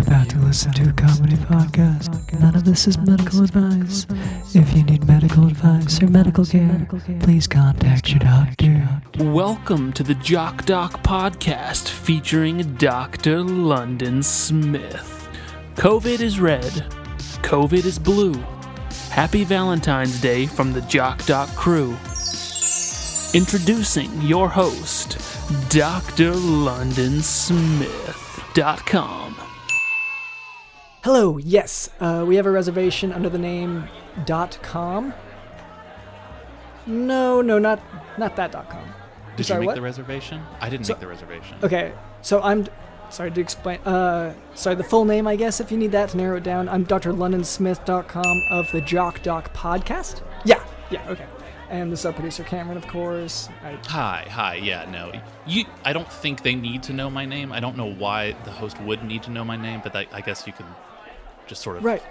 about to listen to a comedy podcast. None of this is medical advice. If you need medical advice or medical care, please contact your doctor. Welcome to the Jock Doc podcast featuring Dr. London Smith. COVID is red, COVID is blue. Happy Valentine's Day from the Jock Doc crew. Introducing your host, Dr. London Smith.com. Hello, yes, uh, we have a reservation under the name dot .com. No, no, not not that dot .com. Did sorry, you make what? the reservation? I didn't So- make the reservation. Okay, so I'm sorry to explain. Uh, sorry, the full name, I guess, if you need that to narrow it down. I'm drlondonsmith.com of the Jock Doc podcast. Yeah, yeah, okay. And the sub producer Cameron, of course. I, Hi, hi. Yeah, no. You. I don't think they need to know my name. I don't know why the host would need to know my name, but that, I guess you can just sort of right.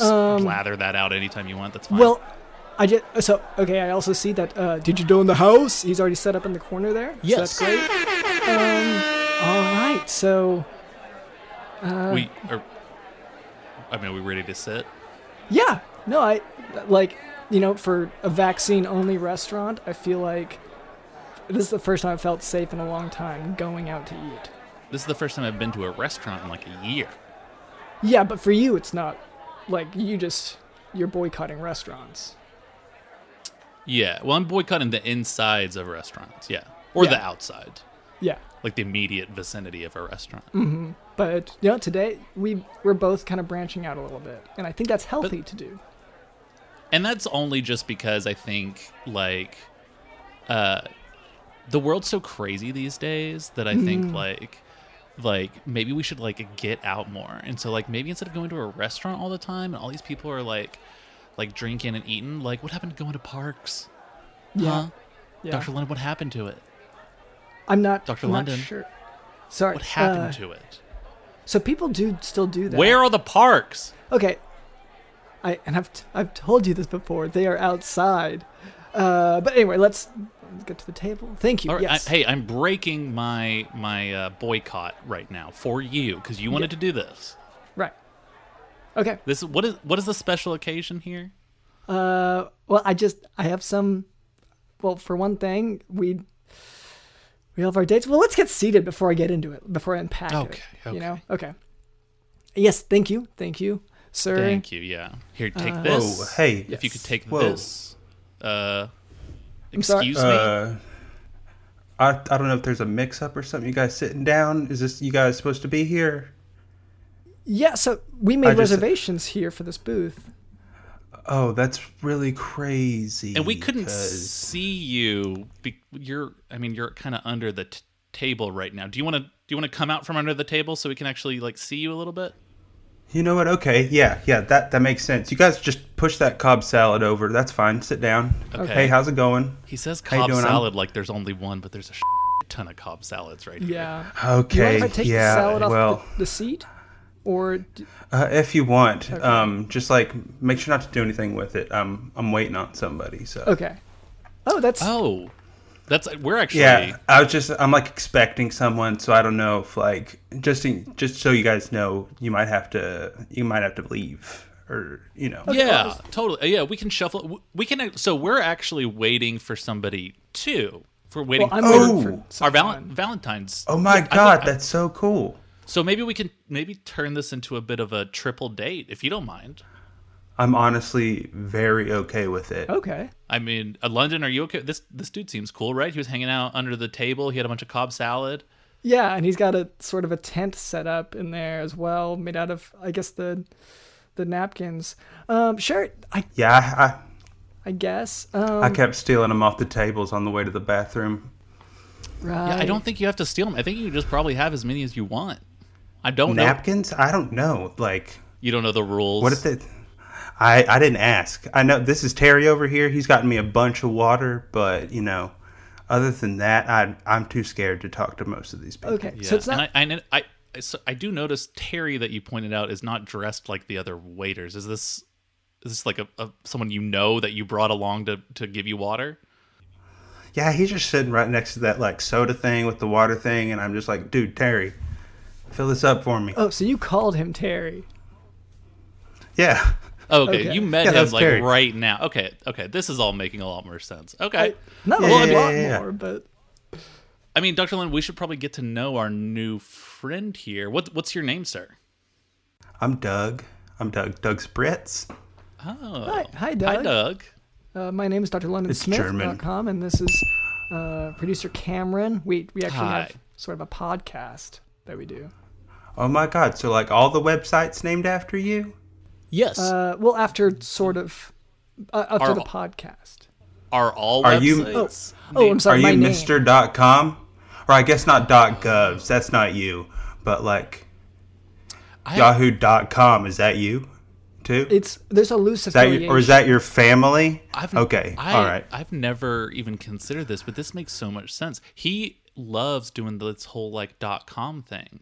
um, s- blather that out anytime you want. That's fine. Well, I just so okay. I also see that. Uh, did you do in the house? He's already set up in the corner there. so Yes. that's great. Um, all right. So uh, we are. I mean, are we ready to sit? yeah. No, I like you know for a vaccine only restaurant. I feel like this is the first time I felt safe in a long time going out to eat. This is the first time I've been to a restaurant in like a year. Yeah, but for you, it's not like you just you're boycotting restaurants. Yeah. Well, I'm boycotting the insides of restaurants. Yeah, or the Yeah. outside, Yeah. like the immediate vicinity of a restaurant. But you know, today we we're both kind of branching out a little bit, and I think that's healthy to do. and that's only just because I think like uh the world's so crazy these days that I Mm-hmm. think like like maybe we should like get out more. And so like maybe instead of going to a restaurant all the time and all these people are like like drinking and eating, like what happened to going to parks? Yeah. Huh? Yeah. Dr. London, what happened to it? I'm not Dr. I'm London. Not sure. Sorry. What happened uh, to it? So people do still do that. Where are the parks? Okay. I and I've t- I've told you this before. They are outside. Uh, but anyway, let's get to the table. Thank you. All right, yes. I, hey, I'm breaking my my uh, boycott right now for you because you wanted to do this. Right. Okay. This what is what is the special occasion here? Uh, well, I just I have some. Well, for one thing, we we have our dates. Well, let's get seated before I get into it. Before I unpack Okay, it. You okay. know. Okay. Yes. Thank you. Thank you, sir. Thank you. Yeah. Here, take Whoa, this. Oh, hey. If you could take Whoa. this. Uh, sorry. excuse me. Uh, I, I don't know if there's a mix up or something. You guys sitting down? Is this you guys supposed to be here? Yeah. So we I made just- uh, reservations here for this booth. Oh, that's really crazy. And we couldn't 'cause- see you. Be- you're. I mean, you're kind of under the t- table right now. Do you want to? Do you want to come out from under the table so we can actually like see you a little bit? You know what? Okay, yeah, yeah. That that makes sense. You guys just push that cob salad over. That's fine. Sit down. Okay. Hey, how's it going? He says How you cob doing? I'm- salad like there's only one, but there's a ton of cob salads right here. Yeah. Do you Oh, Okay. mind if I take yeah. the salad off well, the, the seat? Or d- uh, if you want, um, just like make sure not to do anything with it. I'm I'm waiting on somebody. So. okay. Oh, that's Oh, that's we're actually. Yeah, I was just I'm like expecting someone, so I don't know if like just in, just so you guys know, you might have to you might have to leave or you know. yeah, totally. Uh, Yeah, we can shuffle. w- We can. act- So we're actually waiting for somebody too. For waiting. well, I'm for waiting Oh. for our someone. val- Valentine's. Oh my god, that's so cool. So maybe we can maybe turn this into a bit of a triple date, if you don't mind. I'm honestly very okay with it. Okay. I mean, uh, London, are you okay? This this dude seems cool, right? He was hanging out under the table. He had a bunch of cob salad. Yeah, and he's got a sort of a tent set up in there as well, made out of I guess the the napkins. Um, sure. I Yeah, I, I guess. Um, I I kept stealing them off the tables on the way to the bathroom. right. Yeah, I don't think you have to steal them. I think you just probably have as many as you want. I don't know. Napkins? I don't know. Like, You don't know the rules. what if they? I I didn't ask. I know this is Terry over here. He's gotten me a bunch of water, but you know, other than that, I I'm too scared to talk to most of these people. Okay. Yeah. So it's not. And I I, I, I, so I do notice Terry that you pointed out is not dressed like the other waiters. Is this is this like a, a someone you know that you brought along to to give you water? Yeah, he's just sitting right next to that like soda thing with the water thing, and I'm just like, dude, Terry, Fill this up for me. Oh, so you called him Terry. Yeah. Oh, okay. Okay. You met Yeah, him that's like Terry. right now. Okay. Okay. This is all making a lot more sense. Okay. I, not Yeah, a lot yeah, yeah, yeah. more, but I mean, Dr. Lynn, we should probably get to know our new friend here. What what's your name, sir? I'm Doug. I'm Doug. Doug Spritz. Oh. hi, hi, Hi, Doug. Doug. Uh, my name is Dr. London uh, It's German. com, and this is uh, producer Cameron. We we actually Hi. have sort of a podcast that we do. Oh my God. So, like, all the websites named after you? Yes. Uh, well, after sort of uh, after Are- the podcast. are all are websites? you- Oh, I'm Are sorry. you my name. Mr. Dot com? Or I guess not dot govs. That's not you. But, like, I- Yahoo dot com. Is that you, too? Is It's there's a loose that affiliation. your, or is that your family? I've, okay. I, all right. I've never even considered this, but this makes so much sense. He loves doing this whole like dot com thing.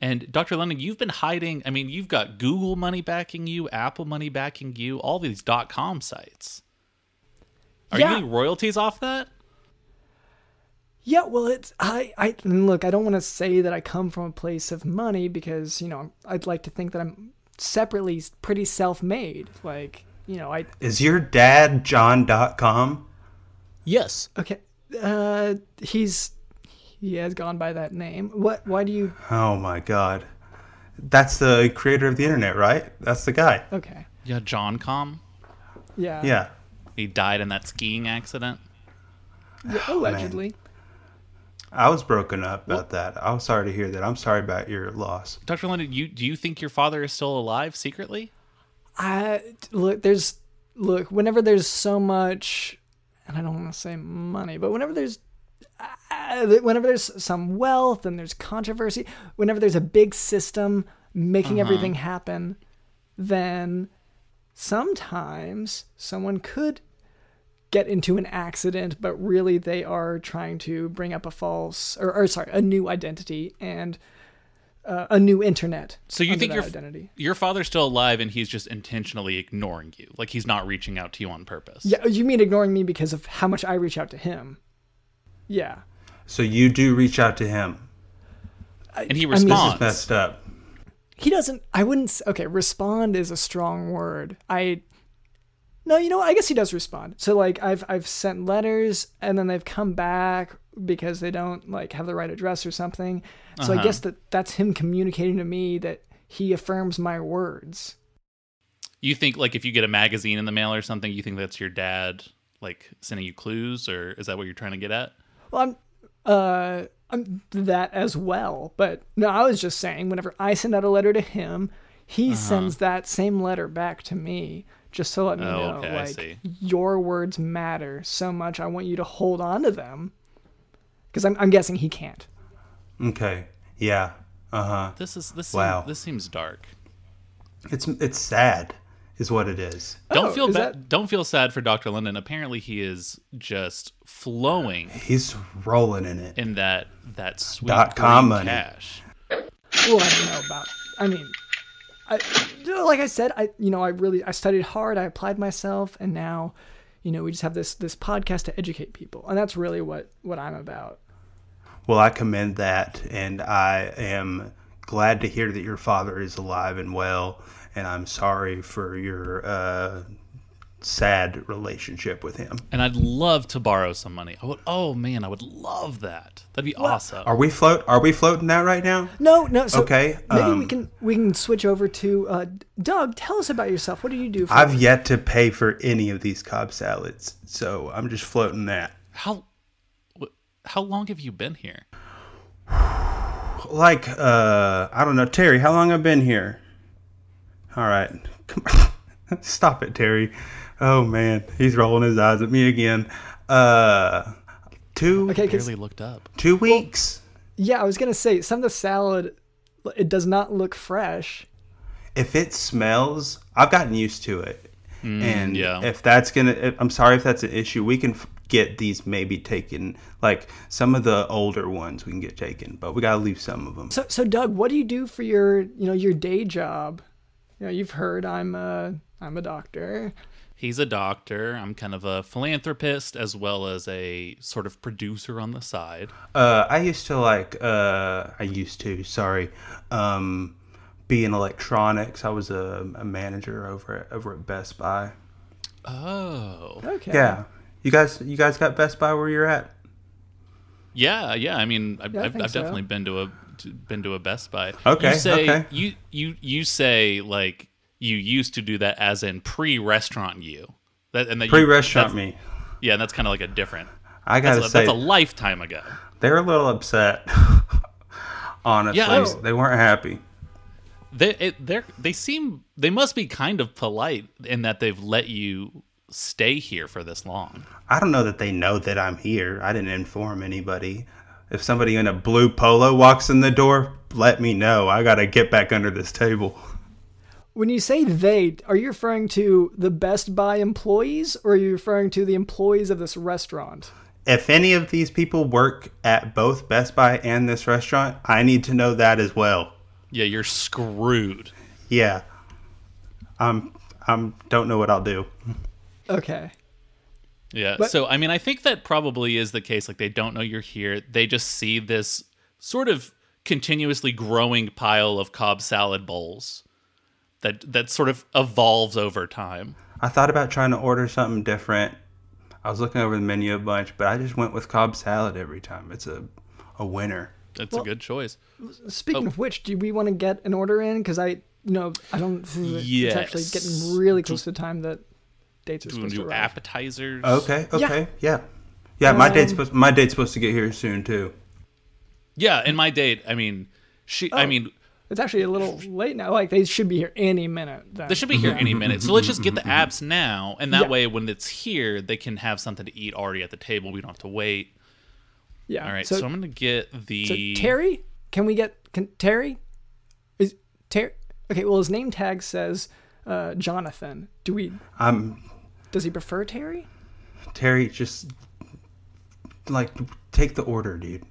And Dr. Lennon, you've been hiding. I mean, you've got Google money backing you, Apple money backing you, all these dot com sites. Are Yeah. you getting royalties off that? Yeah, well, it's I I and look. I don't want to say that I come from a place of money because you know I'd like to think that I'm separately pretty self-made. Like you know, I Is your dad John dot com? Yes. okay. Uh, he's he has gone by that name. What? Why do you? Oh my God. That's the creator of the internet, right? That's the guy. Okay. Yeah, John Com. Yeah. Yeah. He died in that skiing accident. Yeah, allegedly. I was broken up about that. I'm sorry to hear that. I'm sorry about your loss. Dr. Lennon, you do you think your father is still alive secretly? I look. There's look. Whenever there's so much, and I don't want to say money, but whenever there's uh, whenever there's some wealth and there's controversy, whenever there's a big system Mm-hmm. making everything happen, then sometimes someone could get into an accident, but really they are trying to bring up a false or, or sorry, a new identity and uh, a new internet. So you under think that your f- identity? Your father's still alive and he's just intentionally ignoring you. Like he's not reaching out to you on purpose. Yeah, oh, you mean ignoring me because of how much I reach out to him? Yeah. So you do reach out to him. And he I mean- responds. Messed up. He doesn't. I wouldn't. s- Okay, respond is a strong word. I. No, you know what? I guess he does respond. So like, I've I've sent letters and then they've come back because they don't like have the right address or something. So I guess that that's him communicating to me that he affirms my words. you think like if you get a magazine in the mail or something, you think that's your dad like sending you clues or is that what you're trying to get at? Well, I'm uh I'm that as well. But no, I was just saying whenever I send out a letter to him, he Uh-huh. sends that same letter back to me just to let me Oh, know okay, I like see. your words matter so much. I want you to hold on to them. Cuz I'm I'm guessing he can't. Okay. Yeah. Uh huh. This is this Wow. seem- this seems dark. It's it's sad, is what it is. Don't Oh, feel is bad. that- Don't feel sad for Dr. Linden. Apparently he is just flowing He's rolling in it. in that that sweet Dot com green money. cash. Well, I don't know about. I mean, I you know, like I said, I you know I really I studied hard, I applied myself, and now, you know, we just have this this podcast to educate people, and that's really what what I'm about. Well, I commend that, and I am glad to hear that your father is alive and well. And I'm sorry for your uh, sad relationship with him. And I'd love to borrow some money. I would, oh man, I would love that. That'd be awesome. Are we float? Are we floating that right now? No, no. So Okay, Maybe we um, can we can switch over to uh, Doug. Tell us about yourself. What do you do? For I've yet to pay for any of these cob salads, so I'm just floating that. How wh- how long have you been here? Like, uh, I don't know, Terry. How long I've been here? All right, come on. stop it, Terry. Oh man, he's rolling his eyes at me again. Uh, two okay, 'cause- Barely looked up. two weeks. yeah, I was gonna say some of the salad. It does not look fresh. if it smells, I've gotten used to it. and Mm, yeah. if that's gonna, if- I'm sorry if that's an issue. We can f- get these maybe taken, like some of the older ones we can get taken, but we gotta leave some of them. So, so Doug, what do you do for your you know your day job? You know, you've heard I'm a I'm a doctor. He's a doctor. I'm kind of a philanthropist as well as a sort of producer on the side. Uh, I used to like, uh, I used to, sorry, um, be in electronics. I was a, a manager over at, over at Best Buy. Oh. Okay. Yeah, you guys, you guys got Best Buy where you're at. Yeah, yeah. I mean, I've, Yeah, I I've, think I've so. definitely been to a to- been to a Best Buy. Okay, You say okay. you you you say like you used to do that as in pre-restaurant you. That and that you- Pre-restaurant that's- me. Yeah, and that's kind of like a different. I gotta That's a, say, that's a lifetime ago. they're a little upset. Honestly, Yeah, I was- they weren't happy. They it, they they seem they must be kind of polite in that they've let you stay here for this long. I don't know that they know that I'm here. I didn't inform anybody. If somebody in a blue polo walks in the door, let me know. I gotta get back under this table. When you say they, are you referring to the Best Buy employees or are you referring to the employees of this restaurant? If any of these people work at both Best Buy and this restaurant, I need to know that as well. Yeah, you're screwed. Yeah. I'm I'm don't know what I'll do. Okay. Yeah. so I mean, I think that probably is the case. Like they don't know you're here. They just see this sort of continuously growing pile of Cobb salad bowls that that sort of evolves over time. I thought about trying to order something different. I was looking over the menu a bunch, but I just went with Cobb salad every time. It's a a winner. That's a good choice. Oh. Speaking of which, do we want to get an order in? Because I, no, I don't. It's actually Yes. getting really close to the time that dates are Do we supposed to do arrive. appetizers? Okay, okay, yeah. Yeah, my date's supposed my date's supposed to get here soon too. Yeah. And my date. I mean, she. Oh. I mean, It's actually a little late now. Like they should be here any minute. Then. they should be here any minute. So let's just get the apps now, and that Yeah. way, when it's here, they can have something to eat already at the table. We don't have to wait. Yeah. All right. So, So, I'm gonna get so the Terry, can we get can, Terry? Is Terry? Okay. Well, his name tag says uh, Jonathan. Do we? I'm Does he prefer Terry? Terry, just like take the order, dude.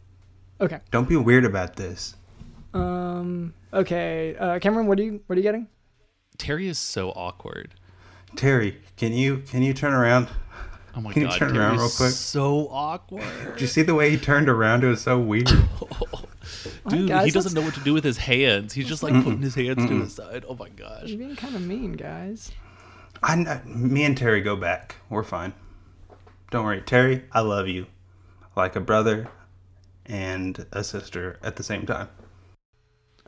Okay. Don't be weird about this. Um. Okay. Uh, Cameron, what are you what are you getting? Terry is so awkward. Terry, can you can you turn around? Oh my Can you god! turn Terry around is real quick? So awkward. Did you see the way he turned around? It was so weird. Dude, guys, he let's- doesn't know what to do with his hands. He's just like putting his hands to his side. Oh my gosh. You're being kind of mean, guys. I, kn- me and Terry go back. We're fine. Don't worry, Terry. I love you, like a brother and a sister at the same time.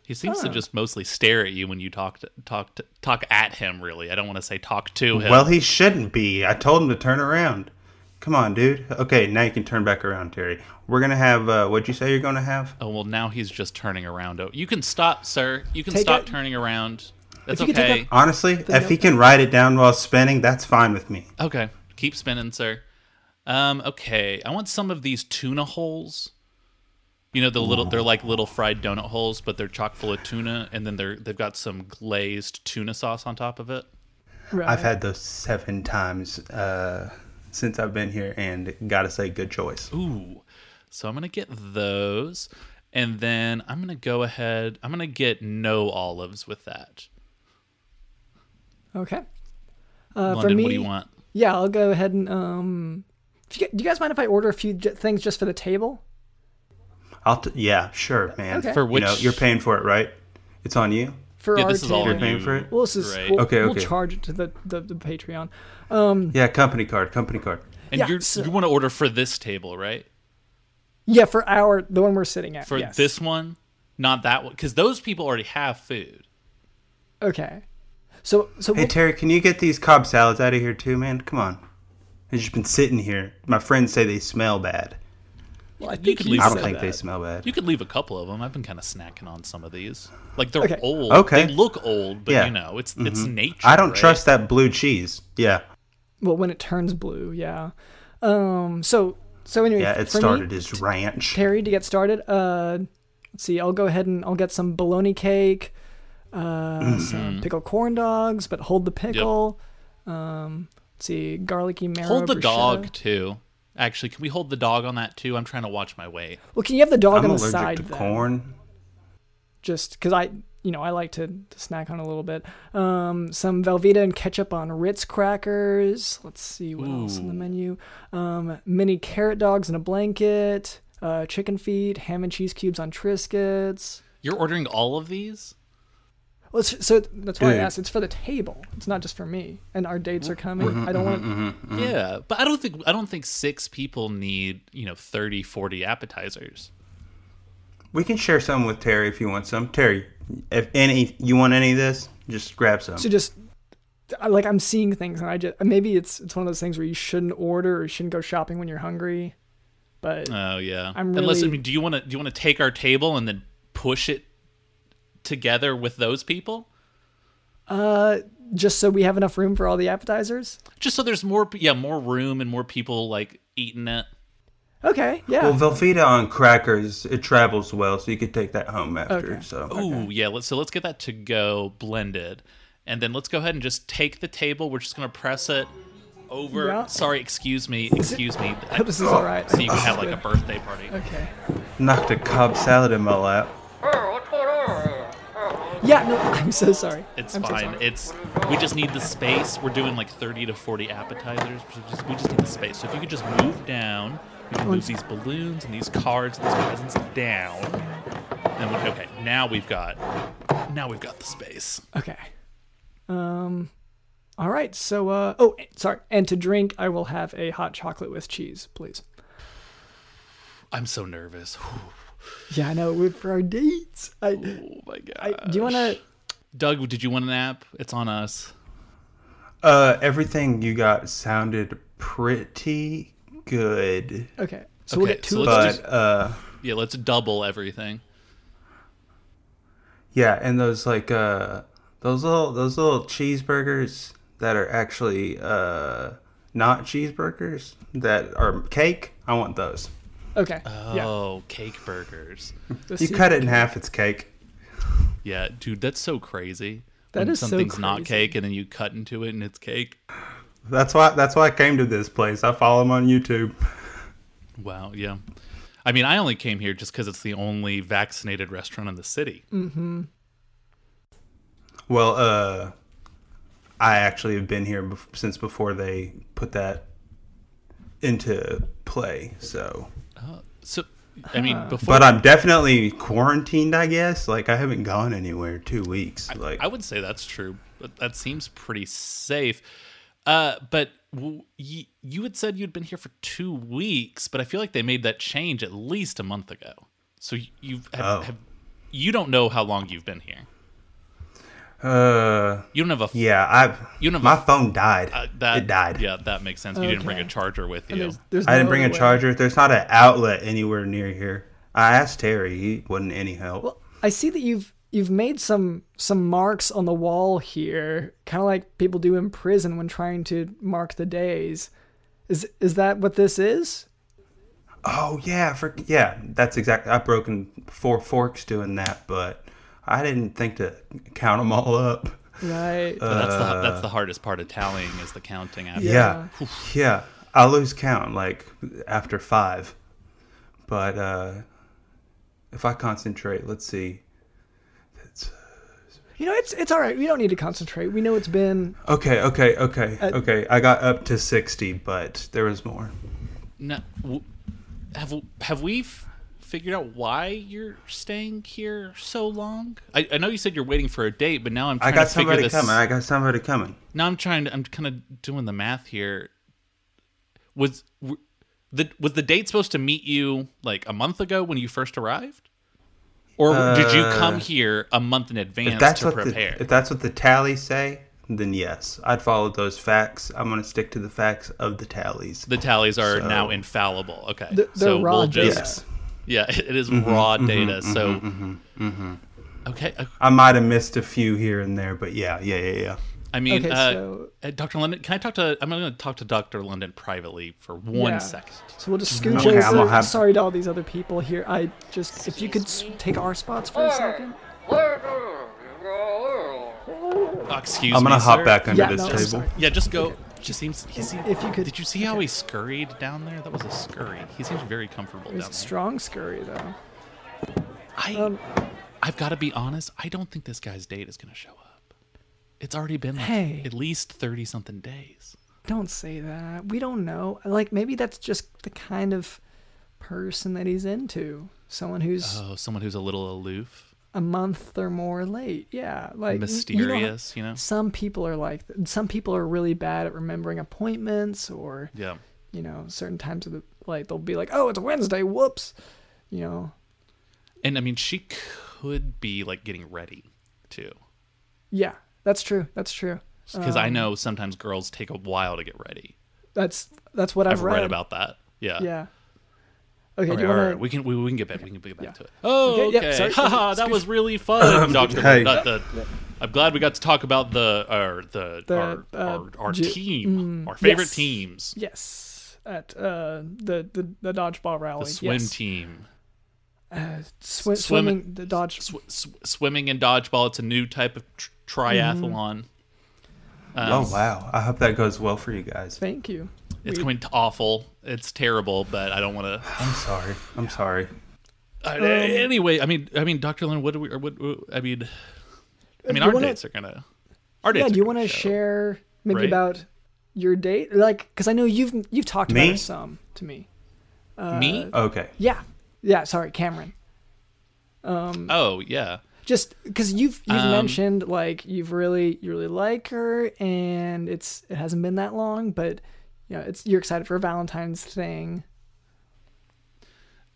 He seems to just mostly stare at you when you talk to, talk to, talk at him really. I don't want to say talk to him. Well, he shouldn't be. I told him to turn around. Come on, dude. Okay, now you can turn back around, Terry. We're gonna have. Uh, what'd you say you're gonna have? oh well, now he's just turning around. Oh, you can stop, sir. You can Take stop it- turning around. That's you could take okay. Honestly, if he can write it down while spinning, that's fine with me. Okay. Keep spinning, sir. Um okay. I want some of these tuna holes. You know the little they're like little fried donut holes, but they're chock full of tuna and then they're they've got some glazed tuna sauce on top of it. Right. I've had those seven times uh, since I've been here, and gotta say, good choice. Ooh. So I'm going to get those. And then I'm going to go ahead. I'm going to get no olives with that. okay. Uh, for London, me, what do you want? Yeah, I'll go ahead and um. if you gu- Do you guys mind if I order a few j- things just for the table? I'll t- yeah, sure, man. Okay. For You which? know, you're paying for it, right? It's on you. For yeah, our this is table. all You're paying you, for it? Well, this is right? we'll, Okay, we'll okay. charge it to the, the, the Patreon. Yeah, company card, company card. and yeah, you're, so- you want to order for this table, right? Yeah, for our the one we're sitting at. For yes. this one, not that one, because those people already have food. Okay. So so Hey we'll, Terry, can you get these Cobb salads out of here too, man? Come on. I've just been sitting here. My friends say they smell bad. well, I think you could he leave I You don't said said think they that. smell bad. You could leave a couple of them. I've been kind of snacking on some of these. Like they're Okay. old. Okay. They look old, but Yeah. Mm-hmm. you know, it's it's nature. I don't right? trust that blue cheese. Yeah, Well, when it turns blue, yeah. Um. So so anyway, yeah. It for me, started as ranch. Terry to get started. Uh, let's see. I'll go ahead and I'll get some bologna cake, uh, Mm-hmm. some pickled corn dogs, but hold the pickle. Um, let's see, garlicky marrow. Hold the bruschetta. dog too. Actually, can we hold the dog on that too? I'm trying to watch my weight. Well, can you have the dog I'm on the allergic side? to then? corn. Just because I you know I like to, to snack on a little bit. Um, some Velveeta and ketchup on Ritz crackers. Let's see what else on the Ooh. menu. Um, mini carrot dogs in a blanket. Uh, chicken feet, ham and cheese cubes on Triscuits. You're ordering all of these? Well, it's, so that's why I Dude. asked. It's for the table. It's not just for me. And our dates are coming. Mm-hmm, I don't want. Mm-hmm. Yeah, but I don't think I don't think six people need, you know, 30, 40 appetizers. We can share some with Terry if you want some. Terry, if any you want any of this, just grab some. to just I- like I'm seeing things and I just maybe it's it's one of those things where you shouldn't order or you shouldn't go shopping when you're hungry. But Oh yeah. I'm Unless I really- mean, do you want to do you want to take our table and then push it together with those people? uh just so we have enough room for all the appetizers. Just so there's more yeah, more room and more people like eating it. Okay, yeah. well, Velveeta on crackers, it travels well, so you could take that home after. Okay. So Ooh, yeah, let's so let's get that to go blended. And then let's go ahead and just take the table. We're just going to press it over. Yeah. Sorry, excuse me. Excuse me. I hope this is all right. So you can have like a birthday party. Okay. knocked a Cobb salad in my lap. Yeah, no, I'm so sorry. It's I'm so fine. sorry. it's we just need the space. We're doing like 30 to 40 appetizers. We just, we just need the space. So if you could just move down, you can move these balloons and these cards and these presents down. And we, okay, now we've got now we've got the space. Okay. Um all right. So uh oh, sorry. And to drink, I will have a hot chocolate with cheese, please. I'm so nervous. Yeah, I know. We're for our dates. I, Oh my god. I do you want to Doug, did you want an app? It's on us. Uh, everything you got sounded pretty good, Okay. So we'll Okay, get so two of let's those. but just- uh, Yeah, let's double everything. yeah, and those like uh, those little those little cheeseburgers that are actually uh, not cheeseburgers that are cake. I want those. Okay. yeah. Oh, cake burgers. This You is- cut it in half, it's cake. Yeah, dude, that's so crazy. That when is so something's not crazy. cake and then you cut into it and it's cake. That's why that's why I came to this place. I follow him on YouTube. Wow, yeah. I mean, I only came here just because it's the only vaccinated restaurant in the city. Mm. Well, uh, I actually have been here bef- since before they put that into play. So, Uh, So, I mean, before but I'm definitely quarantined. I guess like I haven't gone anywhere two weeks. Like I would say that's true. That- That seems pretty safe. Uh, but w- y- you had said you'd been here for two weeks, but I feel like they made that change at least a month ago. So y- you've have, Oh. have, you don't know how long you've been here. uh, You don't have a f- yeah, I You know- my phone died. uh, that it died. Yeah, that makes sense. You didn't bring a Okay. charger with you. There's, there's I didn't no bring a other way. charger. There's not an outlet anywhere near here. I asked Terry. He wasn't any help. Well, I see that you've you've made some some marks on the wall here, kind of like people do in prison when trying to mark the days. Is is that what this is? Oh yeah, for, yeah, that's exactly. I've broken four forks doing that, but I didn't think to count them all up. Right. Uh, But that's the that's the hardest part of tallying is the counting. After. Yeah, yeah, I lose count like after five, but uh, if I concentrate, let's see. That's, you know, it's it's all right. We don't need to concentrate. We know it's been okay, okay, okay, Uh, okay. I got up to sixty, but there was more. No, w- have w- have we f- figured out why you're staying here so long? I, I know you said you're waiting for a date, but now I'm I trying got to figure somebody this. coming. I got somebody coming. now I'm trying. To, I'm kind of doing the math here. Was w- the was the date supposed to meet you like a month ago when you first arrived, or did you come here a month in Uh, If advance that's to what prepare? the, if that's what the tallies say, then yes, I'd follow those facts. I'm gonna stick to the facts of the tallies. the tallies are So- now infallible. Okay, they're so raw we'll data. just Yes. yeah, it is Mm-hmm, raw data. so okay, uh, I might have missed a few here and there, but yeah, yeah, yeah, yeah. I mean, Okay, uh, so- uh, Dr. London, can I talk to? I'm going to talk to Dr. London privately for one yeah. second. So we'll just scooch Okay, I'm over. gonna have- Sorry to all these other people here. I just if you could s- take our spots for a second. Oh, excuse me. I'm gonna hop sir. Oh, back under Yeah, this no, I'm table. sorry. Yeah, just go. Just seems. He seems If you could- Did you see how he scurried down there? That was a scurry. He seems very comfortable It down was there. a strong scurry though. I, Um, I've got to be honest. I don't think this guy's date is going to show up. It's already been like Hey. at least thirty something days. Don't say that. We don't know. Like maybe that's just the kind of person that he's into. Someone who's Oh, someone who's a little aloof, a month or more late. Yeah, like you- you don't- mysterious. You know. some people are like some people are really bad at remembering appointments or Yeah. you know certain times of the like they'll be like oh it's wednesday whoops you know And I mean, she could be like getting ready too. yeah that's true that's true Because Um, I know sometimes girls take a while to get ready. that's that's what i've, I've read, about that. Yeah. yeah okay All do right, you all wanna, right. We can we, we can get back. We can get back Yeah. to it. Oh, Okay, okay. yep, sorry. Haha, that was really fun, Doctor. hey. I'm glad we got to talk about the our the, The, our, uh, our, our ju- mm, team, our favorite yes. teams, yes at uh the the, the dodgeball rally the swim yes. team. uh, swi- Swim- swimming the dodge Sw- sw- swimming and dodgeball. It's a new type of tr- triathlon. Um, oh wow! I hope that goes well for you guys. thank you It's We- going to awful. It's terrible, but I don't want to. I'm sorry. I'm sorry. Uh, Um, anyway, I mean, I mean, Doctor Lynn, what do we? Or what, what- I mean, I mean, you our wanna- dates are gonna. Our dates. yeah are do you gonna want to show. share maybe right? about your date like because i know you've you've talked Me? about it some to me Uh, me? Okay. yeah yeah sorry cameron Oh yeah. just because you've you've Um, mentioned like you've really you really like her and it's it hasn't been that long but you know it's you're excited for a valentine's thing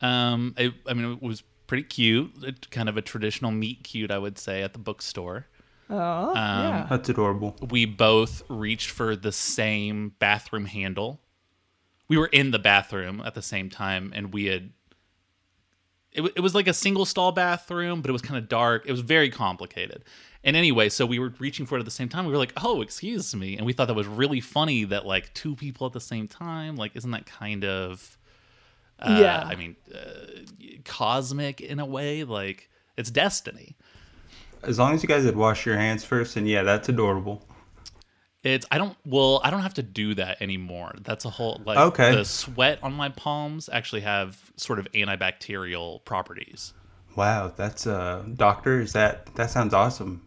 Um, I, I mean, it was pretty cute. It, kind of a traditional meet cute, I would say, at the bookstore. oh yeah That's adorable. We both reached for the same bathroom handle. We were in the bathroom at the same time, and we had. It, wa- it was like a single stall bathroom, but it was kind of dark. It was very complicated. And anyway, so we were reaching for it at the same time. We were like, "Oh, excuse me," and we thought that was really funny that like two people at the same time, like, isn't that kind of uh, Yeah. I mean, uh, cosmic in a way. Like it's destiny. As long as you guys had washed your hands first, and yeah, that's adorable. It's I don't well I don't have to do that anymore. That's a whole like Okay. the sweat on my palms actually have sort of antibacterial properties. Wow, that's uh, doctor. Is that that sounds awesome?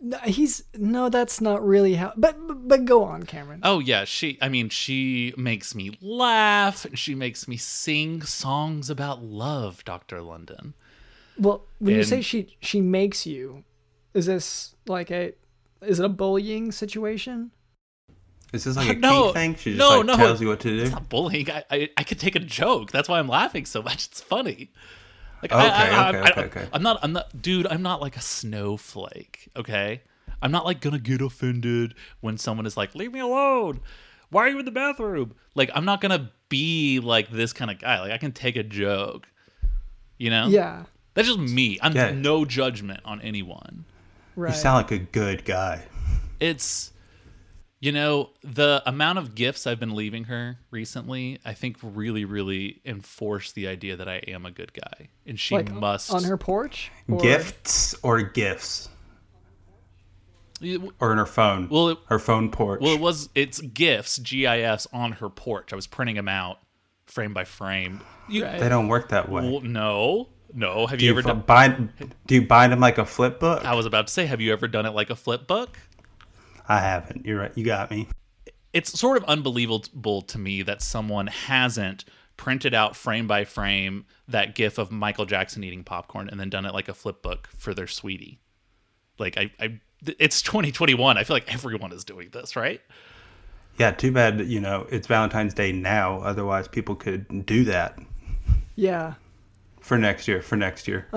no, he's no that's not really how but but go on cameron Oh yeah, she I mean she makes me laugh and she makes me sing songs about love, Dr. London. well when you and- say she she makes you is this like a is it a bullying situation Is this like a No, kink thing? She just no, like no. tells you what to do. It's not bullying. I, I I could take a joke. That's why I'm laughing so much. It's funny. Like Okay, I, I, okay, I, I, okay, okay. I'm not I'm not dude, I'm not like a snowflake, okay? I'm not like gonna get offended when someone is like, "Leave me alone. Why are you in the bathroom?" Like I'm not gonna be like this kind of guy. Like I can take a joke. You know? yeah That's just me. I'm Yeah. no judgment on anyone right You sound like a good guy. it's you know the amount of gifts i've been leaving her recently i think really really enforced the idea that i am a good guy and she like must on her porch or- Gifts or gifts, or in her phone. well it, her phone porch. well it was it's gifts gifs on her porch i was printing them out frame by frame you Right. they don't work that way. well, no no have do you you, ever fi- done bind? Do you bind them like a flip book? i was about to say have you ever done it like a flip book I haven't. You're right. You got me. it's sort of unbelievable to me that someone hasn't printed out frame by frame that gif of Michael Jackson eating popcorn and then done it like a flip book for their sweetie. Like I, I th- it's 2021. I feel like everyone is doing this, right? Yeah, too bad. that, You know, it's Valentine's Day now. Otherwise, people could do that yeah for next year. For next year.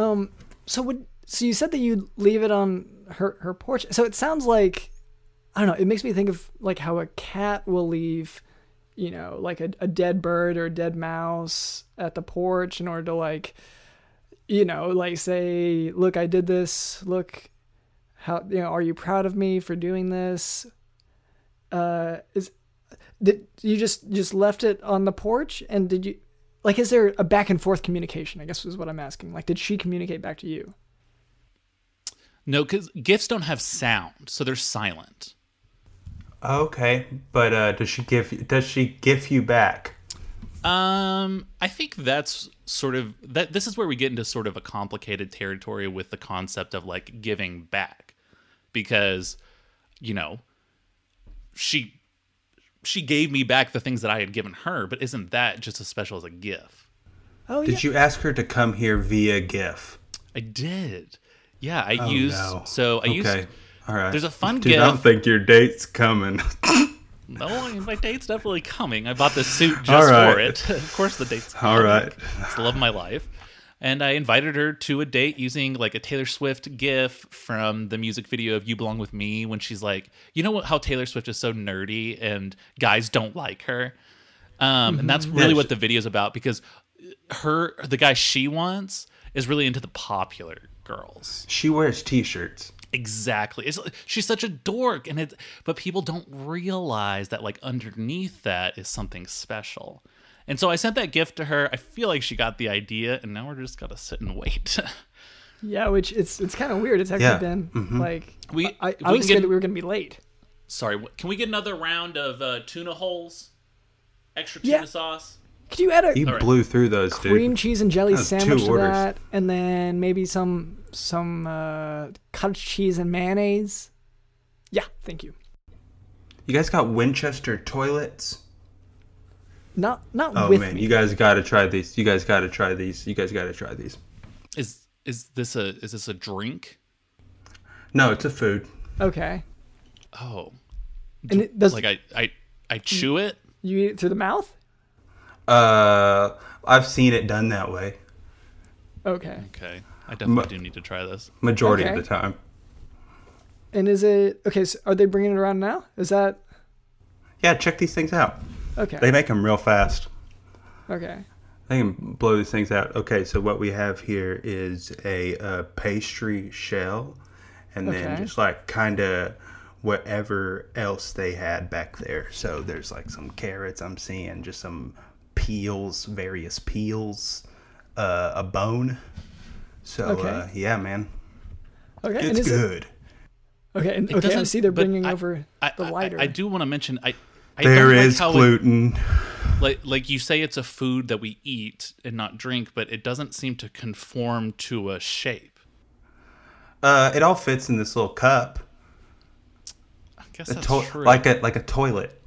so would so you said that you'd leave it on her her porch so it sounds like i don't know it makes me think of like how a cat will leave you know like a, a dead bird or a dead mouse at the porch in order to like you know like say look i did this look how you know are you proud of me for doing this uh is did you just just left it on the porch and did you like is there a back and forth communication i guess is what i'm asking like did she communicate back to you No, because gifts don't have sound, so they're silent. Okay, but uh, does she give? Does she give you back? Um, I think that's sort of that. This is where we get into sort of a complicated territory with the concept of like giving back, because, you know, she she gave me back the things that I had given her, but isn't that just as special as a gift? Oh yeah. Did you ask her to come here via GIF? I did. Yeah, I used so I okay. used. All right. there's a fun Dude, I don't GIF. think your date's coming. Oh, my date's definitely coming. I bought this suit just All for right. it. of course, the date's coming. All right. It's the love of my life. And I invited her to a date using like a Taylor Swift gif from the music video of You Belong With Me when she's like, you know what, how Taylor Swift is so nerdy and guys don't like her. Um, And that's really Mm-hmm. Yeah, what she- the video's about because her, the guy she wants is really into the popular girls. She wears T-shirts. Exactly. It's she's such a dork and it but people don't realize that like underneath that is something special. And so I sent that gift to her. I feel like she got the idea and now we're just got to sit and wait. Yeah, which it's it's kind of weird. It's actually Yeah, Mm-hmm. been like We- I, I if we was can scared get- that we were gonna be late. Sorry, wh- can we get another round of uh, tuna holes? Extra Yeah. tuna sauce? Could you add a You right. blew through those, cream dude. cheese and jelly That's two sandwich to orders. that, and then maybe some some uh, cottage cheese and mayonnaise? Yeah, thank you. You guys got Winchester toilets. Not not Oh with man, me. you guys got to try these. You guys got to try these. You guys got to try these. Is is this a is this a drink? No, it's a food. okay, Oh. and it does Like I I I Mm. chew it? you eat it through the mouth? Uh, I've seen it done that way Okay, Okay. I definitely do need to try this. majority Okay. of the time. and is it okay? So are they bringing it around now? Is that Yeah, check these things out. okay? They make them real fast. okay, They can blow these things out. Okay, so what we have here is a, uh pastry shell, and then Okay. just like kind of whatever else they had back there. So there's like some carrots I'm seeing, just some peels, various peels, uh, a bone. So Okay. uh, yeah, man, okay, and it's is it good. okay? And, It okay, I doesn't- see they're but bringing I- over I, the I- I- lighter. I, do want to mention I, I There don't like is how it- gluten. like like you say it's a food that we eat and not drink but it doesn't seem to conform to a shape Uh, it all fits in this little cup, i guess a that's to- true like a like a toilet.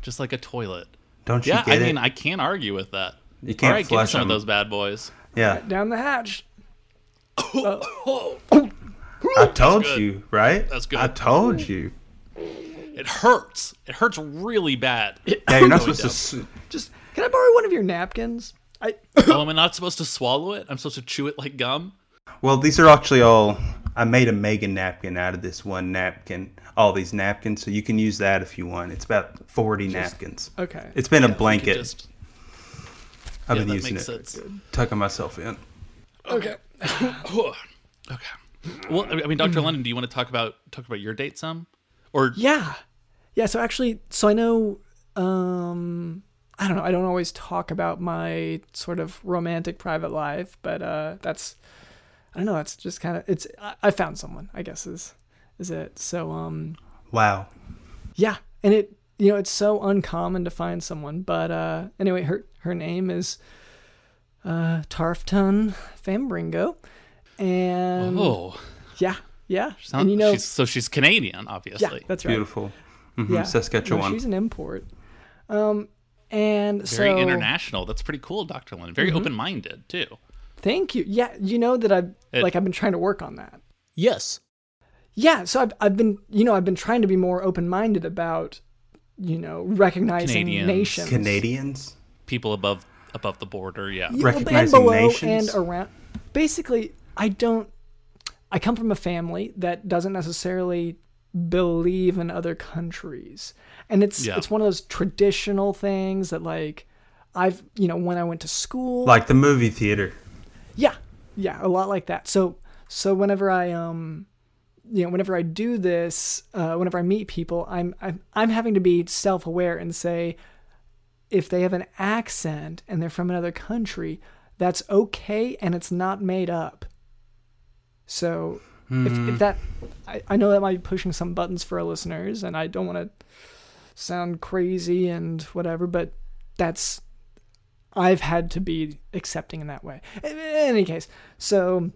just like a toilet Don't you yeah get i it? mean i can't argue with that You can't all right give me flush some of 'em. those bad boys yeah, Down the hatch. I told good. you, right? That's I good. told you. it hurts it hurts really bad Yeah, you're not No, it supposed to. Su- Just can I borrow one of your napkins? I oh am i not supposed to swallow it i'm supposed to chew it like gum well, these are actually all. I made a Megan napkin out of this one napkin. All these napkins, so you can use that if you want. It's about forty napkins. okay. It's been a You could blanket. just- I've yeah, been that using it, makes sense tucking myself in. okay. okay well i mean dr london do you want to talk about talk about your date some or Yeah. Yeah, so actually so I know um I don't know, I don't always talk about my sort of romantic private life, but uh that's I don't know, that's just kind of it's I, I found someone, I guess is is it. So um Wow. yeah, and it you know, it's so uncommon to find someone, but uh anyway, her her name is uh Tarfton Fambringo. And oh yeah, yeah. sound- um, and you know she's, so she's canadian yeah, obviously that's right. Beautiful. Mhm, Yeah. Saskatchewan. No, she's an import. Um, and very so Mm-hmm. international. That's pretty cool, Doctor Lynn. Very open-minded too. Thank you. Yeah, you know that I've It- like I've been trying to work on that. Yes. Yeah, so I've I've been you know I've been trying to be more open minded about you know recognizing Canadians. nations, Canadians. People above above the border, yeah. Yeah, recognizing and below nations. and around. Basically, I don't. I come from a family that doesn't necessarily believe in other countries, and it's Yeah. it's one of those traditional things that like I've you know when I went to school Like the movie theater. Yeah, yeah, a lot like that. So so whenever I um, you know, whenever I do this, uh, whenever I meet people, I'm I'm I'm having to be self aware and say, if they have an accent and they're from another country, that's okay and it's not made up. So if, if that, I, I know that might be pushing some buttons for our listeners, and I don't want to sound crazy and whatever, but that's I've had to be accepting in that way. In any case, so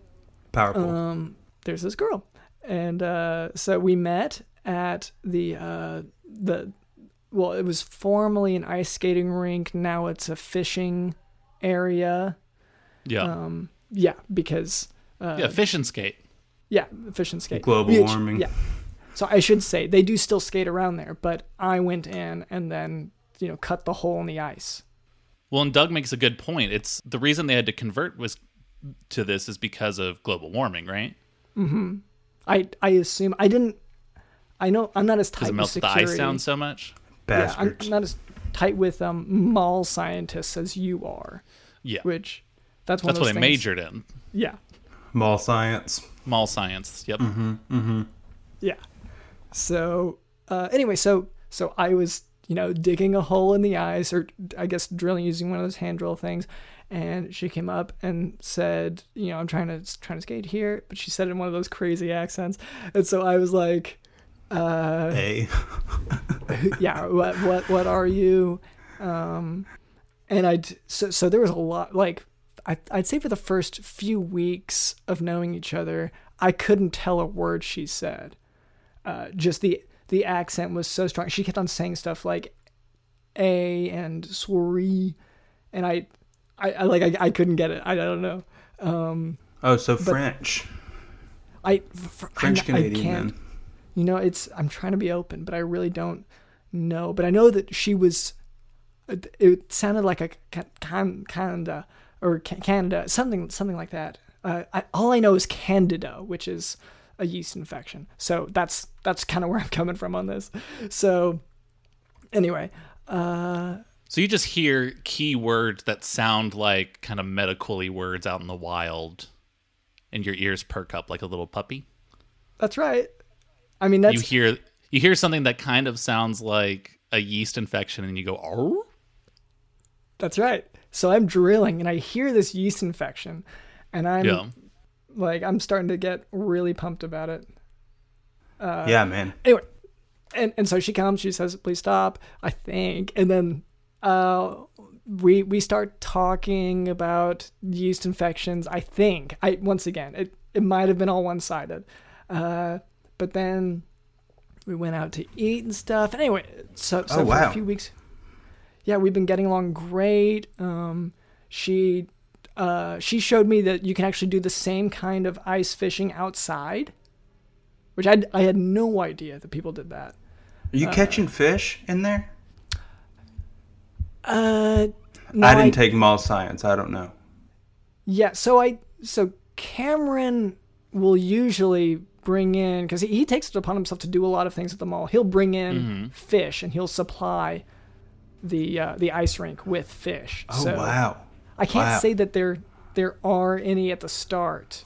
Powerful. um, there's this girl, and uh, so we met at the uh, the well, it was formerly an ice skating rink. Now it's a fishing area. Yeah. Um, yeah, because uh, yeah, fish and skate. yeah, fish and skate. Global Yeah, warming. Yeah. So I should say they do still skate around there, but I went in and then you know cut the hole in the ice. Well, and Doug makes a good point. It's the reason they had to convert was to this is because of global warming, right? I I assume I didn't. I know I'm not as tight Because it with melts the security. ice down so much. yeah, I'm, Bastards. I'm not as tight with um mall scientists as you are, Yeah, which that's one that's of what those I things- majored in. Yeah, Mall science. Mall science. Yep. Mm-hmm. yeah. So uh, anyway, so so I was you know digging a hole in the ice, or I guess drilling using one of those hand drill things, and she came up and said, you know, I'm trying to trying to skate here, but she said it in one of those crazy accents, and so I was like. uh, Hey. yeah what what what are you um and i would so so there was a lot like I, i'd say for the first few weeks of knowing each other i couldn't tell a word she said uh just the the accent was so strong she kept on saying stuff like a and swaree and i i, I like I, I couldn't get it i, I don't know Oh, so French. i fr- I- French I Canadian can't, then. you know it's i'm trying to be open but i really don't know but i know that she was it- it sounded like a ca- can, canada or ca- canada something something like that uh, I, all i know is candida which is a yeast infection so that's that's kind of where i'm coming from on this so anyway So you just hear key words that sound like kind of medically words out in the wild, and your ears perk up like a little puppy. that's right i mean that's you hear you hear something that kind of sounds like a yeast infection, and you go, "Oh, that's right so i'm drilling and i hear this yeast infection and i'm yeah." like i'm starting to get really pumped about it uh, yeah, man. anyway and and so she comes she says please stop i think and then uh we we start talking about yeast infections i think i once again it it might have been all one-sided uh but then we went out to eat and stuff anyway so so Oh, for wow. a few weeks yeah we've been getting along great um she uh, she showed me that you can actually do the same kind of ice fishing outside, which I, I had no idea that people did that. Are you catching fish in there? Uh, no, I didn't take mall science. I don't know. Yeah, so I so Cameron will usually bring in because he, he takes it upon himself to do a lot of things at the mall. He'll bring in fish and he'll supply the uh, the ice rink with fish. Oh, so wow. I can't Wow. say that there there are any at the start.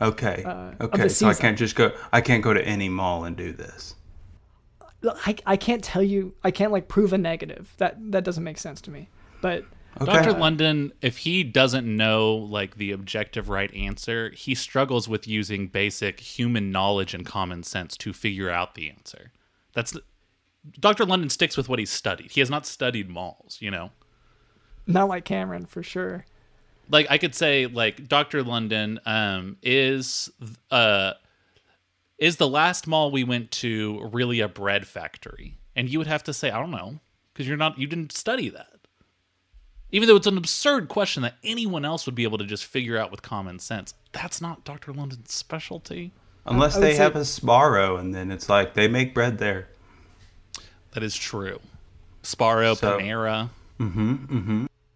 Okay. okay. uh, the So I season. can't just go. I can't go to any mall and do this. Look, I, I can't tell you I can't like prove a negative. That that doesn't make sense to me. But Okay. Dr. London, if he doesn't know like the objective right answer, he struggles with using basic human knowledge and common sense to figure out the answer. That's Dr. London sticks with what he's studied. He has not studied malls, you know. not like Cameron for sure. Like I could say like Dr. London um is uh is the last mall we went to really a bread factory? And you would have to say I don't know because you're not you didn't study that. Even though it's an absurd question that anyone else would be able to just figure out with common sense, that's not Dr. London's specialty. Unless Uh, I would they say- have a Sbarro, and then it's like they make bread there. That is true. Sparrow, So- Panera.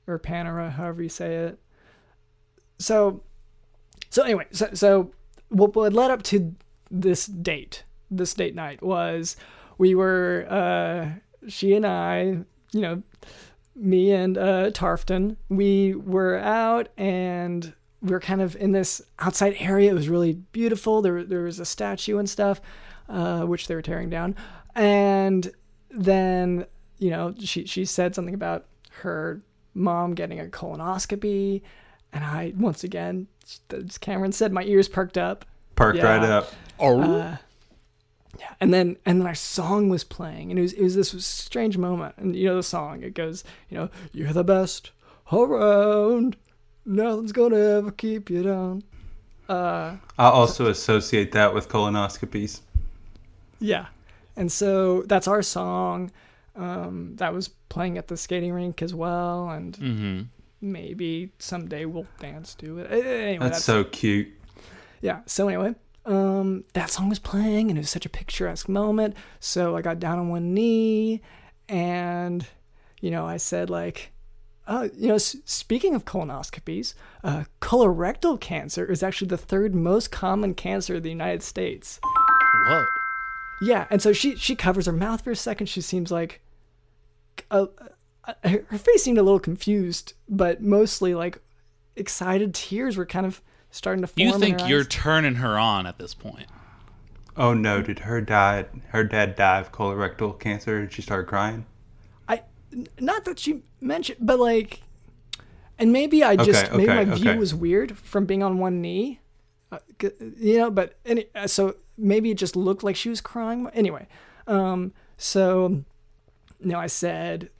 or Panera, however you say it. So, so anyway, so so what, what led up to this date, this date night was we were uh, she and I, you know, me and uh, Tarfton, we were out and we were kind of in this outside area. It was really beautiful. There there was a statue and stuff, uh, which they were tearing down, and then you know she she said something about her mom getting a colonoscopy and i once again as cameron said my ears perked up Parked right Yeah. up. Oh, and then and then our song was playing and it was, it was this strange moment and you know the song it goes you know you're the best around. Nothing's gonna ever keep you down. Uh, I also associate that with colonoscopies. yeah. And so that's our song. Um, that was playing at the skating rink as well, and Mm-hmm. maybe someday we'll dance to it. Anyway, That's so cute. yeah. So anyway, um, that song was playing, and it was such a picturesque moment. So I got down on one knee, and you know, I said like, uh, you know, s- speaking of colonoscopies, uh, colorectal cancer is actually the third most common cancer in the United States. Whoa. Yeah, and so she she covers her mouth for a second. She seems like, uh, uh, her her face seemed a little confused, but mostly like excited. Tears were kind of starting to form. You in think her you're eyes. turning her on at this point? Oh no, did her dad her dad die of colorectal cancer and she started crying? I n- not that she mentioned, but like, and maybe I just Okay, maybe okay, my view okay. was weird from being on one knee, uh, c- you know. But any, uh, so maybe it just looked like she was crying. Anyway, um, so no, I said.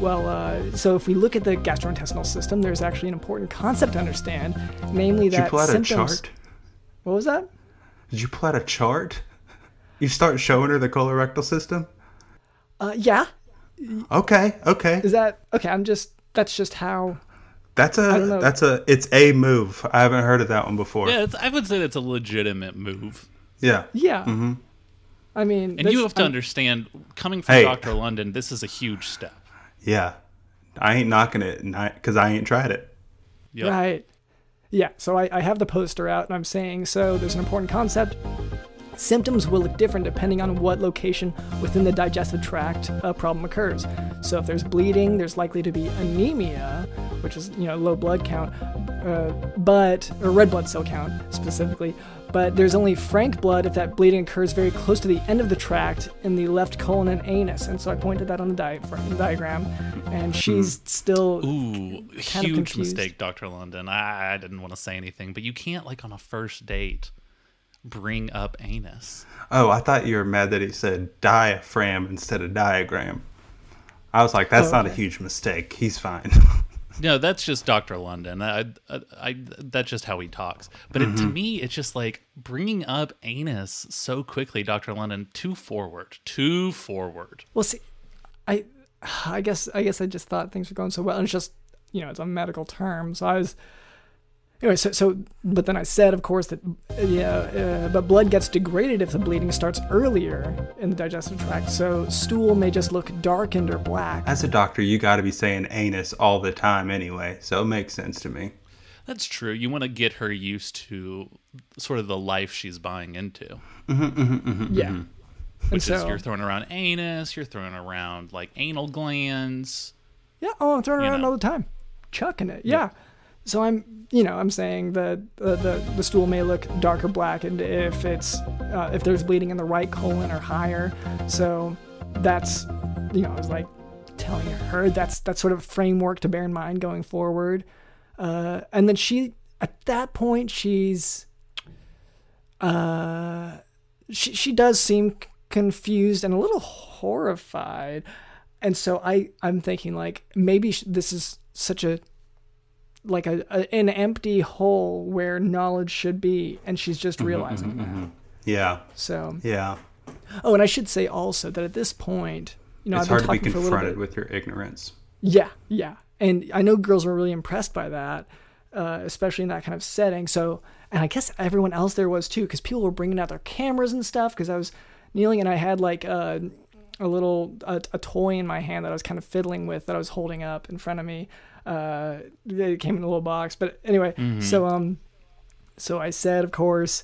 Well, uh, so if we look at the gastrointestinal system, there's actually an important concept to understand, namely Did that you pull out symptoms. a chart? What was that? Did you pull out a chart? You start showing her the colorectal system? Uh, yeah, Okay, okay. is that okay? I'm just that's just how That's don't a know. that's a it's a move. I haven't heard of that one before. Yeah, it's, I would say that's a legitimate move. Yeah. yeah. Mm-hmm. I mean, And you have to understand, coming from Hey. Dr. London, this is a huge step. Yeah. I ain't knocking it because I ain't tried it. Yep. Right. Yeah, so I, I have the poster out and I'm saying, so there's an important concept. Symptoms will look different depending on what location within the digestive tract a problem occurs. So if there's bleeding, there's likely to be anemia, which is, you know, low blood count, uh, but, or red blood cell count specifically, but there's only frank blood if that bleeding occurs very close to the end of the tract in the left colon and anus. And so I pointed that on the di- diagram, and she's still Ooh, kind of huge confused. mistake, Dr. London. I, I didn't want to say anything, but you can't, like, on a first date, bring up anus. Oh, I thought you were mad that he said diaphragm instead of diagram. I was like, that's Oh, not a huge mistake. He's fine. No, that's just Dr. London. I, I, I, that's just how he talks. But it, to me, it's just like bringing up anus so quickly, Dr. London, too forward, too forward. Well, see, I, I guess I guess I just thought things were going so well, and it's just you know it's a medical term, so I was. Anyway, so, so but then I said, of course, that uh, yeah, uh, but blood gets degraded if the bleeding starts earlier in the digestive tract. So stool may just look darkened or black. As a doctor, you got to be saying anus all the time anyway, so it makes sense to me. That's true. You want to get her used to sort of the life she's buying into, yeah, and mm-hmm. which is so you're throwing around anus, you're throwing around like anal glands. yeah, oh, I'm throwing it you around know. all the time, chucking it. Yeah. So I'm, you know, I'm saying that uh, the the stool may look dark or blackened if it's uh, if there's bleeding in the right colon or higher. So that's, you know, I was like telling her that's that's sort of a framework to bear in mind going forward. Uh, and then she, at that point, she's, uh, she she does seem c- confused and a little horrified. And so I I'm thinking like maybe sh- this is such a like a, a an empty hole where knowledge should be and she's just Mm-hmm, realizing Yeah, that. So yeah. oh and I should say also that at this point, you know, it's I've hard been to be talking for a little confronted bit. with your ignorance. Yeah, yeah. And I know girls were really impressed by that, uh, especially in that kind of setting. So, and I guess everyone else there was too, because people were bringing out their cameras and stuff. Because I was kneeling and I had like a, a little a, a toy in my hand that I was kind of fiddling with that I was holding up in front of me. Uh, it came in a little box, but anyway. So um, so I said, of course,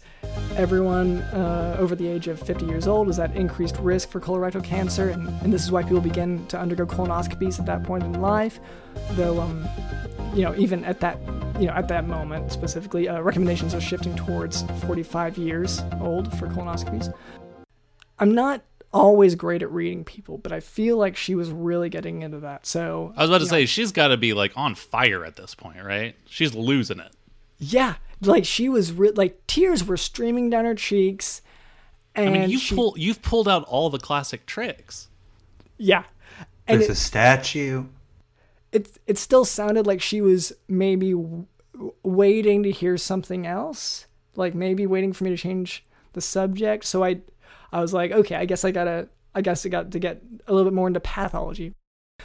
everyone uh, over the age of 50 years old is at increased risk for colorectal cancer, and, and this is why people begin to undergo colonoscopies at that point in life. Though, um, you know, even at that, you know, at that moment specifically, uh, recommendations are shifting towards 45 years old for colonoscopies. I'm not always great at reading people, but I feel like she was really getting into that. So I was about to say, she's got to be like on fire at this point, right? She's losing it. yeah, like she was re- like tears were streaming down her cheeks. And I mean, you've, she, pull, you've pulled out all the classic tricks. Yeah. And There's it, a statue. it it still sounded like she was maybe w- waiting to hear something else, like maybe waiting for me to change the subject. So I I was like, okay, I guess I gotta I guess I got to get a little bit more into pathology.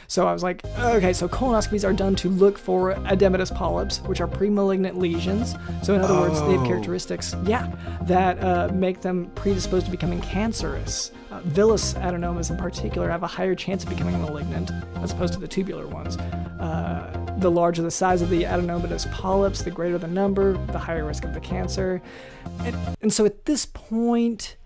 So I was like, okay, so colonoscopies are done to look for edematous polyps, which are pre-malignant lesions. So in other words, they have Oh. characteristics, yeah, that uh, make them predisposed to becoming cancerous. Uh, villous adenomas in particular have a higher chance of becoming malignant as opposed to the tubular ones. Uh, the larger the size of the adenomatous polyps, the greater the number, the higher risk of the cancer. And, and so at this point,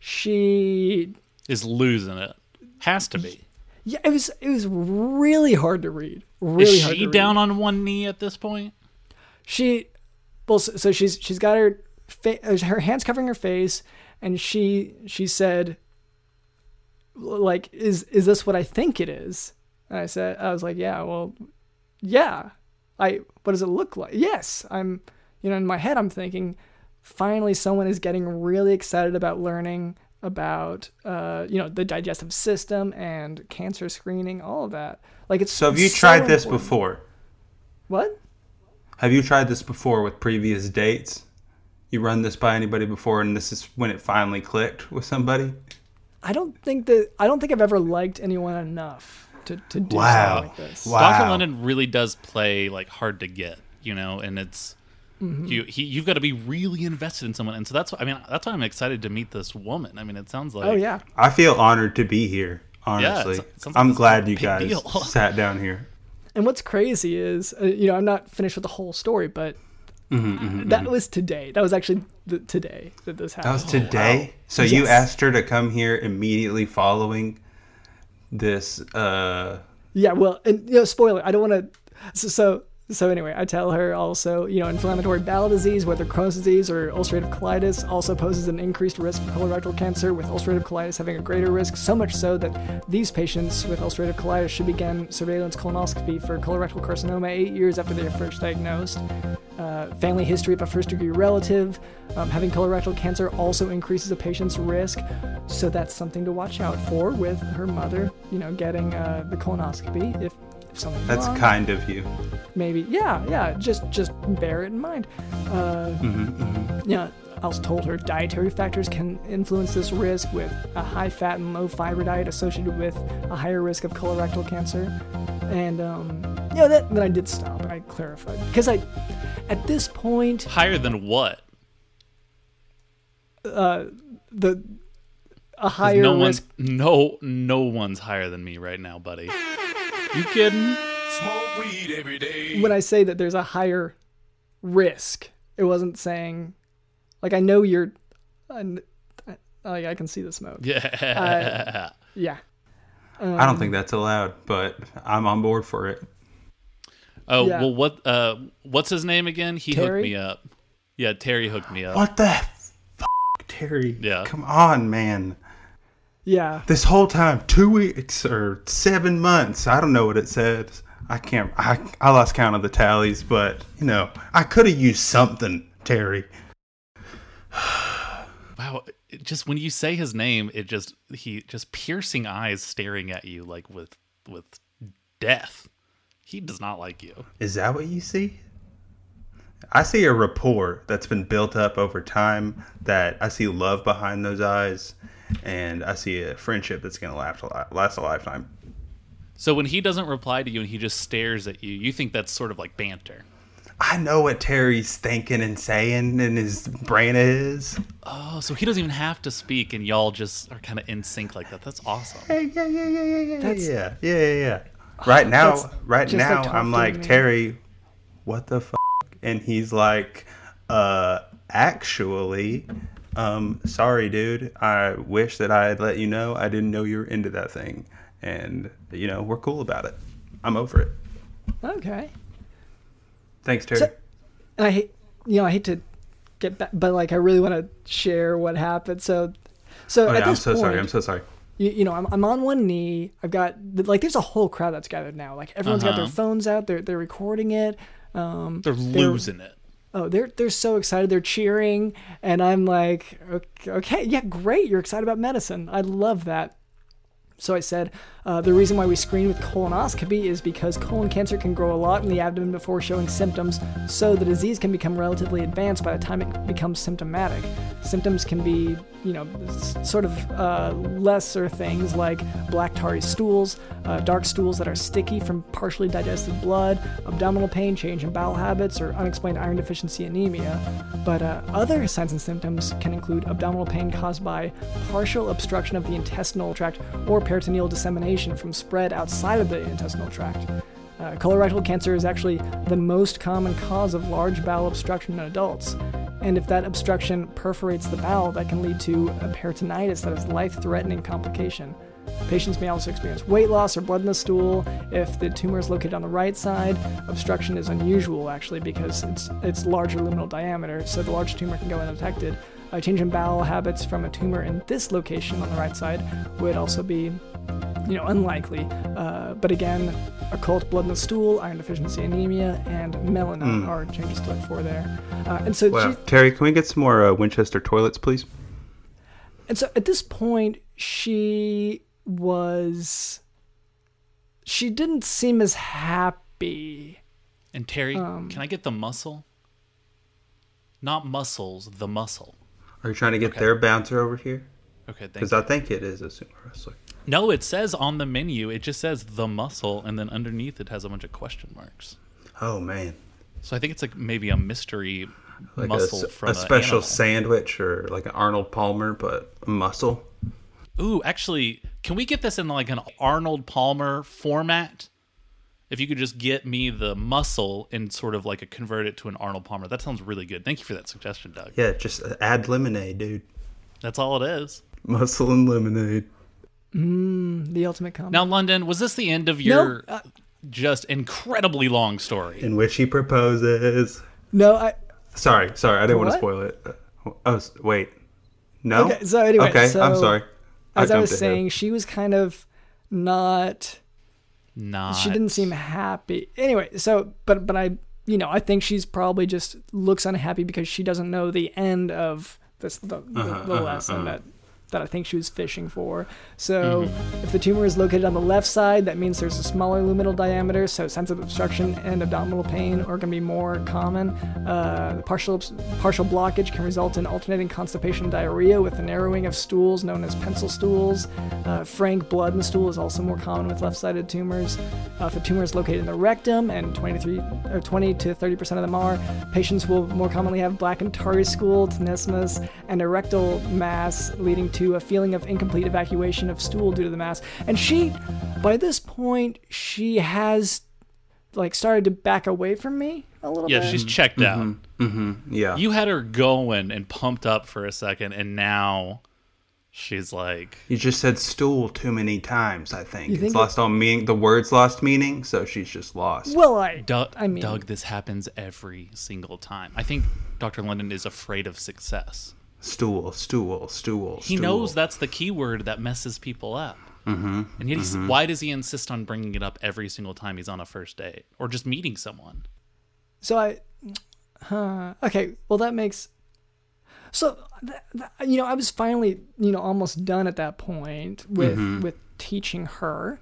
she Is losing it. Has to be. yeah, it was it was really hard to read. Really is hard she to down read. on one knee at this point? She, well, so, so she's she's got her fa- uh, her hands covering her face, and she she said, like, is is this what I think it is? And I said, I was like, yeah, well, yeah. I what does it look like? Yes, I'm, you know, in my head I'm thinking, finally someone is getting really excited about learning about uh you know the digestive system and cancer screening all of that like it's So have you it's tried this important. before? what Have you tried this before with previous dates? You run this by anybody before, and this is when it finally clicked with somebody. I don't think that I don't think I've ever liked anyone enough to, to do something like this. wow. Dr. London really does play like hard to get, you know, and it's Mm-hmm. you he, you've got to be really invested in someone. And so that's why I mean that's why I'm excited to meet this woman. I mean, it sounds like Oh yeah. I feel honored to be here. Honestly, it sounds like I'm it's glad a you big guys deal. sat down here. And what's crazy is uh, you know I'm not finished with the whole story, but Mm-hmm, that was today. That was actually th- today that this That was Oh, happened. today. So you Yes. asked her to come here immediately following this. Uh, Yeah, well, and you know, spoiler. I don't want to. So, so, so anyway, I tell her also, you know, inflammatory bowel disease, whether Crohn's disease or ulcerative colitis, also poses an increased risk for colorectal cancer. With ulcerative colitis having a greater risk, so much so that these patients with ulcerative colitis should begin surveillance colonoscopy for colorectal carcinoma eight years after they are first diagnosed. Uh, family history of a first degree relative, um, having colorectal cancer also increases a patient's risk. So that's something to watch out for with her mother, you know, getting uh, the colonoscopy if, if something's that's wrong. kind of you. Maybe, yeah, yeah. Just just bear it in mind. Uh, Yeah, I was told her dietary factors can influence this risk, with a high fat and low fiber diet associated with a higher risk of colorectal cancer. And um, you know that then I did stop and I clarified because I, at this point, higher than what? the a 'Cause higher no risk one's no no one's higher than me right now, buddy. You kidding? Smoke weed every day. when I say that there's a higher risk, it wasn't saying, like, I know you're, I, I, like, I can see the smoke. Yeah. Yeah. I don't think that's allowed, but I'm on board for it. oh yeah. well, what uh, what's his name again? He Terry? hooked me up. Yeah, Terry hooked me up. What the f- Terry? Oh. Yeah. Come on, man. Yeah. This whole time, two weeks or seven months. I don't know what it says. I can't. I I lost count of the tallies, but you know, I could have used something, Terry. Wow, it just when you say his name, it just he just piercing eyes staring at you like with with death. He does not like you. Is that what you see? I see a rapport that's been built up over time that I see love behind those eyes and I see a friendship that's going to last a li- last a lifetime. So when he doesn't reply to you and he just stares at you, you think that's sort of like banter. I know what Terry's thinking and saying in his brain is. Oh, so he doesn't even have to speak and y'all just are kind of in sync like that. That's awesome. Hey, yeah, yeah, yeah, yeah, yeah, That's- Ah, yeah, yeah, yeah, yeah. Right now, that's right just now, like I'm talking like to me. Terry, what the fuck? And he's like, uh, actually, um, sorry, dude. I wish that I had let you know. I didn't know you were into that thing, and you know, we're cool about it. I'm over it. Okay. Thanks, Terry. So- and I hate, you know, I hate to get back, but like, I really want to share what happened. So, so oh at yeah, I'm this so point, sorry. I'm so sorry. you, you know, I'm, I'm on one knee. I've got like, there's a whole crowd that's gathered now. Like everyone's got their Uh-huh. phones out. They're they're recording it. Um, They're losing it. oh, they're they're so excited. They're cheering, and I'm like, okay, okay yeah, great. You're excited about medicine. I love that. So I said, uh, the reason why we screen with colonoscopy is because colon cancer can grow a lot in the abdomen before showing symptoms, so the disease can become relatively advanced by the time it becomes symptomatic. Symptoms can be, you know, s- sort of uh, lesser things like black tarry stools, uh, dark stools that are sticky from partially digested blood, abdominal pain, change in bowel habits, or unexplained iron deficiency anemia. But uh, other signs and symptoms can include abdominal pain caused by partial obstruction of the intestinal tract or peritoneal dissemination from spread outside of the intestinal tract. Uh, colorectal cancer is actually the most common cause of large bowel obstruction in adults. And if that obstruction perforates the bowel, that can lead to a peritonitis that is life threatening complication. Patients may also experience weight loss or blood in the stool if the tumor is located on the right side. Obstruction is unusual actually because it's it's larger luminal diameter, so the large tumor can go undetected. A change in bowel habits from a tumor in this location on the right side would also be you know, unlikely. Uh, but again, occult blood in the stool, iron deficiency anemia, and melanin are changes to look for there. Uh, and so, Wow. she- Terry, can we get some more uh, Winchester toilets, please? and so at this point, she was. She didn't seem as happy. And Terry, can I get the muscle? Not muscles, the muscle. Are you trying to get their bouncer over here? Okay, thank Because you. I think it is a sumo wrestler. No, it says on the menu, it just says the muscle, and then underneath it has a bunch of question marks. Oh man, So I think it's like maybe a mystery like a, muscle s- from a special animal. sandwich or like an Arnold Palmer, but a muscle. Ooh, actually, can we get this in like an Arnold Palmer format? If you could just get me the muscle and sort of like a convert it to an Arnold Palmer, that sounds really good. Thank you for that suggestion, Doug. Yeah, just add lemonade, dude. That's all it is. Muscle and lemonade. The ultimate combo. Now, London, was this the end of No, your uh- just incredibly long story? In which he proposes. No, I. Sorry, sorry, I didn't want What? to spoil it. Oh s- wait, no. Okay, so anyway, okay, I'm so- sorry. As I, jumped was ahead. saying, she was kind of not. Nah. she didn't seem happy anyway so but but i you know i think she's probably just looks unhappy because she doesn't know the end of this the, the- the lesson that that i think she was fishing for so if the tumor is located on the left side that means there's a smaller luminal diameter so signs of obstruction and abdominal pain are going to be more common uh, partial obs- partial blockage can result in alternating constipation and diarrhea with the narrowing of stools known as pencil stools uh, frank blood in the stool is also more common with left-sided tumors uh, if a tumor is located in the rectum, and 23 or 20 to 30 percent of them are, patients will more commonly have black and tarry stool, tenesmus, and a rectal mass, leading to a feeling of incomplete evacuation of stool due to the mass. And she, by this point, she has like started to back away from me a little Yeah, bit. she's checked out. yeah, you, You had her going and pumped up for a second, and now she's like, just said stool too many times. I think, think it's it- lost all meaning. The words lost meaning, so she's just lost. Well, I, Doug, I mean, Doug, this happens every single time. I think Dr. London is afraid of success. Stool, stool, stool. He stool. knows that's the key word that messes people up. Mm-hmm, and yet, he's, why does he insist on bringing it up every single time he's on a first date or just meeting someone? So I, huh, okay. Well, that makes. So, th- th- you know, I was finally, you know, almost done at that point with with teaching her.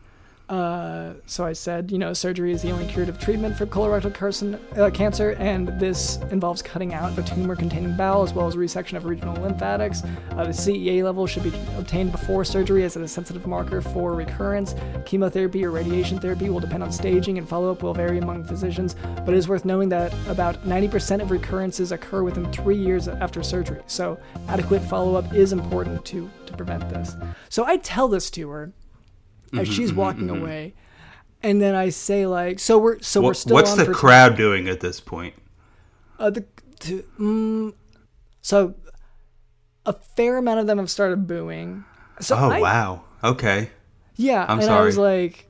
Uh, so I said, you know, surgery is the only curative treatment for colorectal carcin- uh, cancer, and this involves cutting out the tumor-containing bowel as well as resection of regional lymphatics. Uh, the CEA level should be obtained before surgery as it is a sensitive marker for recurrence. Chemotherapy or radiation therapy will depend on staging, and follow-up will vary among physicians. But it is worth knowing that about 90% of recurrences occur within three years after surgery, so adequate follow-up is important to to prevent this. So I tell this to her as Mm-hmm, she's walking away, and then I say like, "So we're so we're What, still what's on the for crowd doing at this point? uh, the to, mm, so a fair amount of them have started booing. So Oh I, wow. Okay. yeah, I'm and I was sorry. like,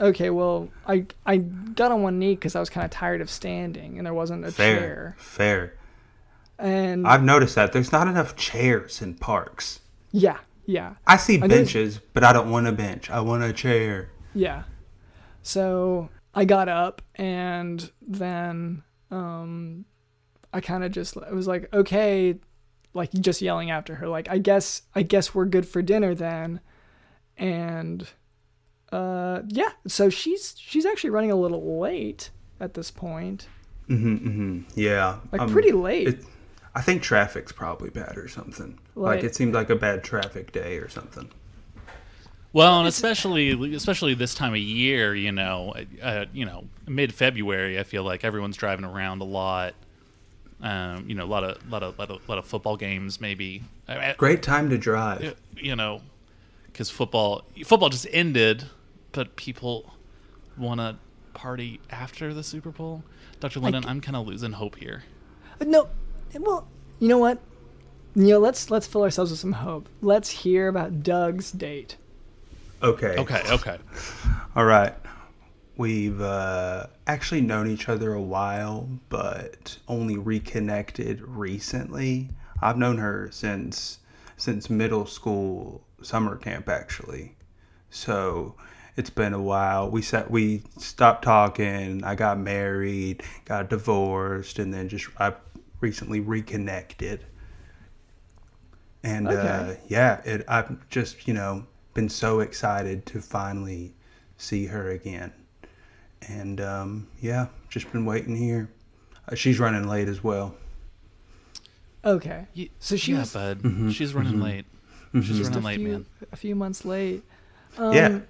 okay, well, I I got on one knee because I was kind of tired of standing and there wasn't a Fair. chair, Fair. and I've noticed that there's not enough chairs in parks. yeah, yeah, I see I noticed- benches, but I don't want a bench. I want a chair. yeah. So I got up and then um, I kind of just I was like, okay, like just yelling after her, like I guess I guess we're good for dinner then. and uh, yeah, so she's she's actually running a little late at this point, Yeah. like um, pretty late. It, I think traffic's probably bad or something. Like, Like- it seemed like a bad traffic day or something. Well, and especially especially this time of year, you know, uh, you know, mid February, I feel like everyone's driving around a lot. Um, you know, a lot of lot of lot of, lot of football games, maybe. I- I- Great time to drive. You know, because football football just ended, but people want to party after the Super Bowl. Doctor London, I'm kind of losing hope here. Uh, No, well, you know what? You know, let's let's fill ourselves with some hope. Let's hear about Doug's date. Okay. Okay, okay. All right. We've uh, actually known each other a while, but only reconnected recently. I've known her since since middle school summer camp, actually. So it's been a while. We sat, we stopped talking. I got married, got divorced, and then just I recently reconnected. And uh, Okay. yeah, it, I've just you know been so excited to finally see her again. And um, yeah, just been waiting here. Uh, she's running late as well. Okay, Ye- So she yeah, was- Mm-hmm, bud. She's running late. She's running late, few, man. a few months late. yeah,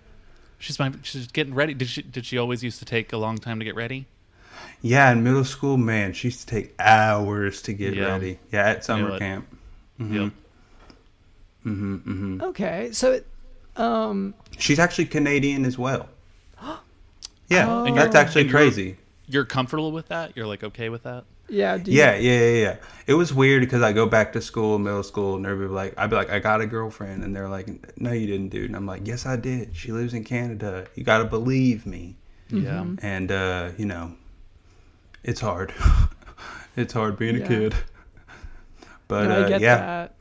She's my, she's getting ready. Did she did she always used to take a long time to get ready? yeah. In middle school, man, she used to take hours to get Yeah. ready. Yeah, at summer it. camp. Yep. Okay, so it, um, She's actually Canadian as well. Yeah, And that's you're- actually and you're- crazy. You're comfortable with that? You're like okay with that? yeah, do you- Yeah, yeah, yeah, yeah. It was weird because I go back to school, middle school, and everybody like, I'd be like, I got a girlfriend, and they're like, No, you didn't, dude. And I'm like, Yes, I did. She lives in Canada. You gotta believe me. Yeah. Mm-hmm. And uh, you know, it's hard. it's hard being Yeah. a kid. But no, uh, I get yeah, that.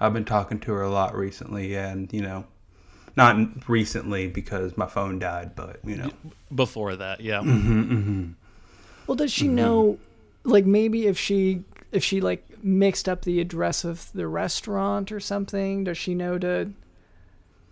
I've been talking to her a lot recently, and you know, not recently because my phone died, but you know. Before that, yeah. Mm-hmm. Well, does she know? Like maybe if she if she like mixed up the address of the restaurant or something, does she know to?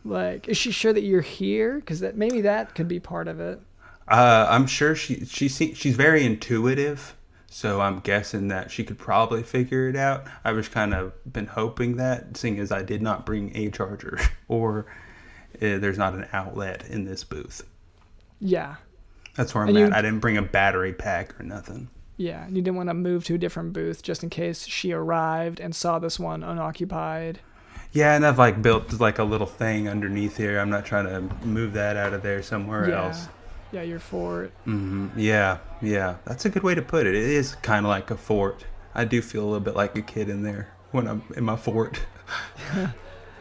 Like, is she sure that you're here? Because that maybe that could be part of it. Uh, I'm sure she she se- she's very intuitive, so I'm guessing that she could probably figure it out. I've just kind of been hoping that, seeing as I did not bring a charger, or uh, there's not an outlet in this booth. Yeah, That's where I'm And at. you- I didn't bring a battery pack or nothing. yeah. You didn't want to move to a different booth just in case she arrived and saw this one unoccupied. Yeah, and I've like built like a little thing underneath here. I'm not trying to move that out of there somewhere yeah, else. yeah. You're for it. Yeah, yeah. That's a good way to put it. It is kind of like a fort. I do feel a little bit like a kid in there when I'm in my fort.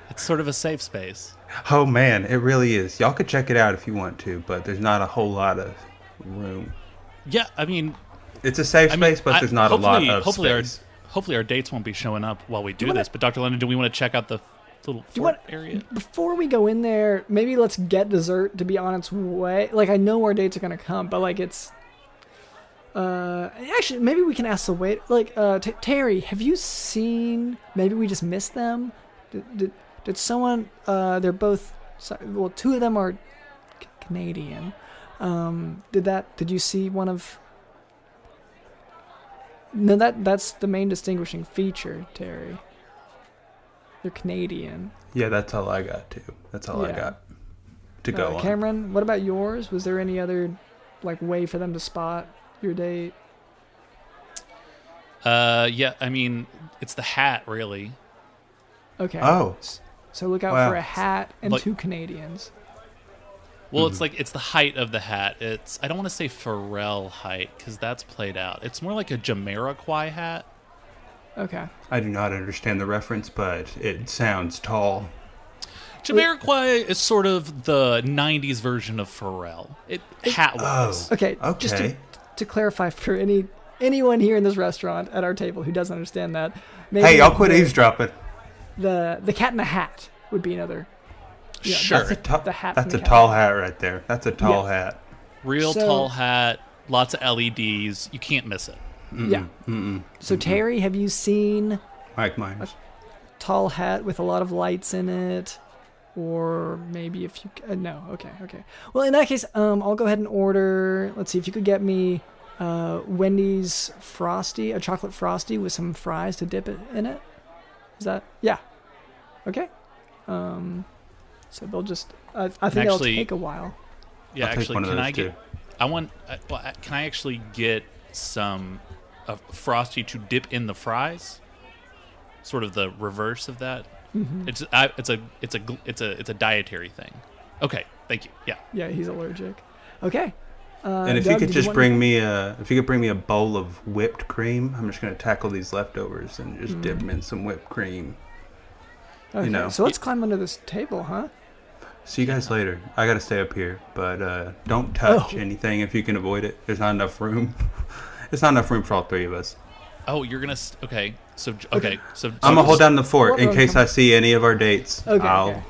It's sort of a safe space. Oh man, it really is. Y'all could check it out if you want to, but there's not a whole lot of room. Yeah, I mean, It's a safe I mean, space, but I- there's not a lot hopefully- of hopefully space. Our, hopefully our dates won't be showing up while we do wanna- this. But Dr. London, do we want to check out the little fort you wanna- area? Before we go in there, maybe let's get dessert to be on its way. Like I know our dates are gonna come, but like it's. Uh, actually, maybe we can ask the wait. Like, uh, t- Terry, have you seen? Maybe we just missed them. Did, did, did someone? Uh, they're both. so- Well, two of them are c- Canadian. Um, did that? Did you see one of? No, that that's the main distinguishing feature, Terry. They're Canadian. yeah, that's all I got too. That's all I Yeah. got to Uh, go on. Cameron, what about yours? Was there any other like way for them to spot your date? Uh, yeah, I mean, it's the hat, really. Okay. Oh, so look out wow. for a hat and Like- two Canadians. Well, Mm-hmm. it's like it's the height of the hat. It's I don't want to say Pharrell height because that's played out. It's more like a Jamiroquai hat. Okay. I do not understand the reference, but it sounds tall. Jamiroquai is sort of the '90s version of Pharrell. It hat Oh, was. Okay. Just to, Okay. to clarify for any anyone here in this restaurant at our table who doesn't understand that, maybe Hey, y'all quit the, eavesdropping. The the cat in the hat would be another. Yeah, sure, That's a, ta- The hat that's from a the tall hat right there. That's a tall hat. real So- tall hat, lots of LEDs. You can't miss it. Yeah. Mm-hmm. So Terry, have you seen Mike Myers. tall hat with a lot of lights in it? or maybe if you c- uh, no okay okay well in that case um i'll go ahead and order let's see if you could get me uh wendy's frosty a chocolate frosty with some fries to dip it in it is that yeah okay um so they'll just i, I think it'll Actually- take a while Yeah, I'll take actually, one of can those, I get? too. I want. I- well, I- Can I actually get some uh, frosty to dip in the fries? Sort of the reverse of that. Mm-hmm. It's I, it's a it's a gl- it's a it's a dietary thing. Okay, thank you. Yeah, yeah he's allergic okay uh, and if Doug, you did could just want- bring me a, if you could bring me a bowl of whipped cream, I'm just gonna tackle these leftovers and just Mm. dip them in some whipped cream. okay, know. so let's climb under this table huh See you guys later. I gotta stay up here, but uh, don't touch Oh. anything if you can avoid it. There's not enough room. There's not enough room for all three of us. Oh, you're gonna. St- okay, so j- okay, so so I'm gonna just- hold down the fort in Hold on, case come- I see any of our dates. Okay, I'll okay.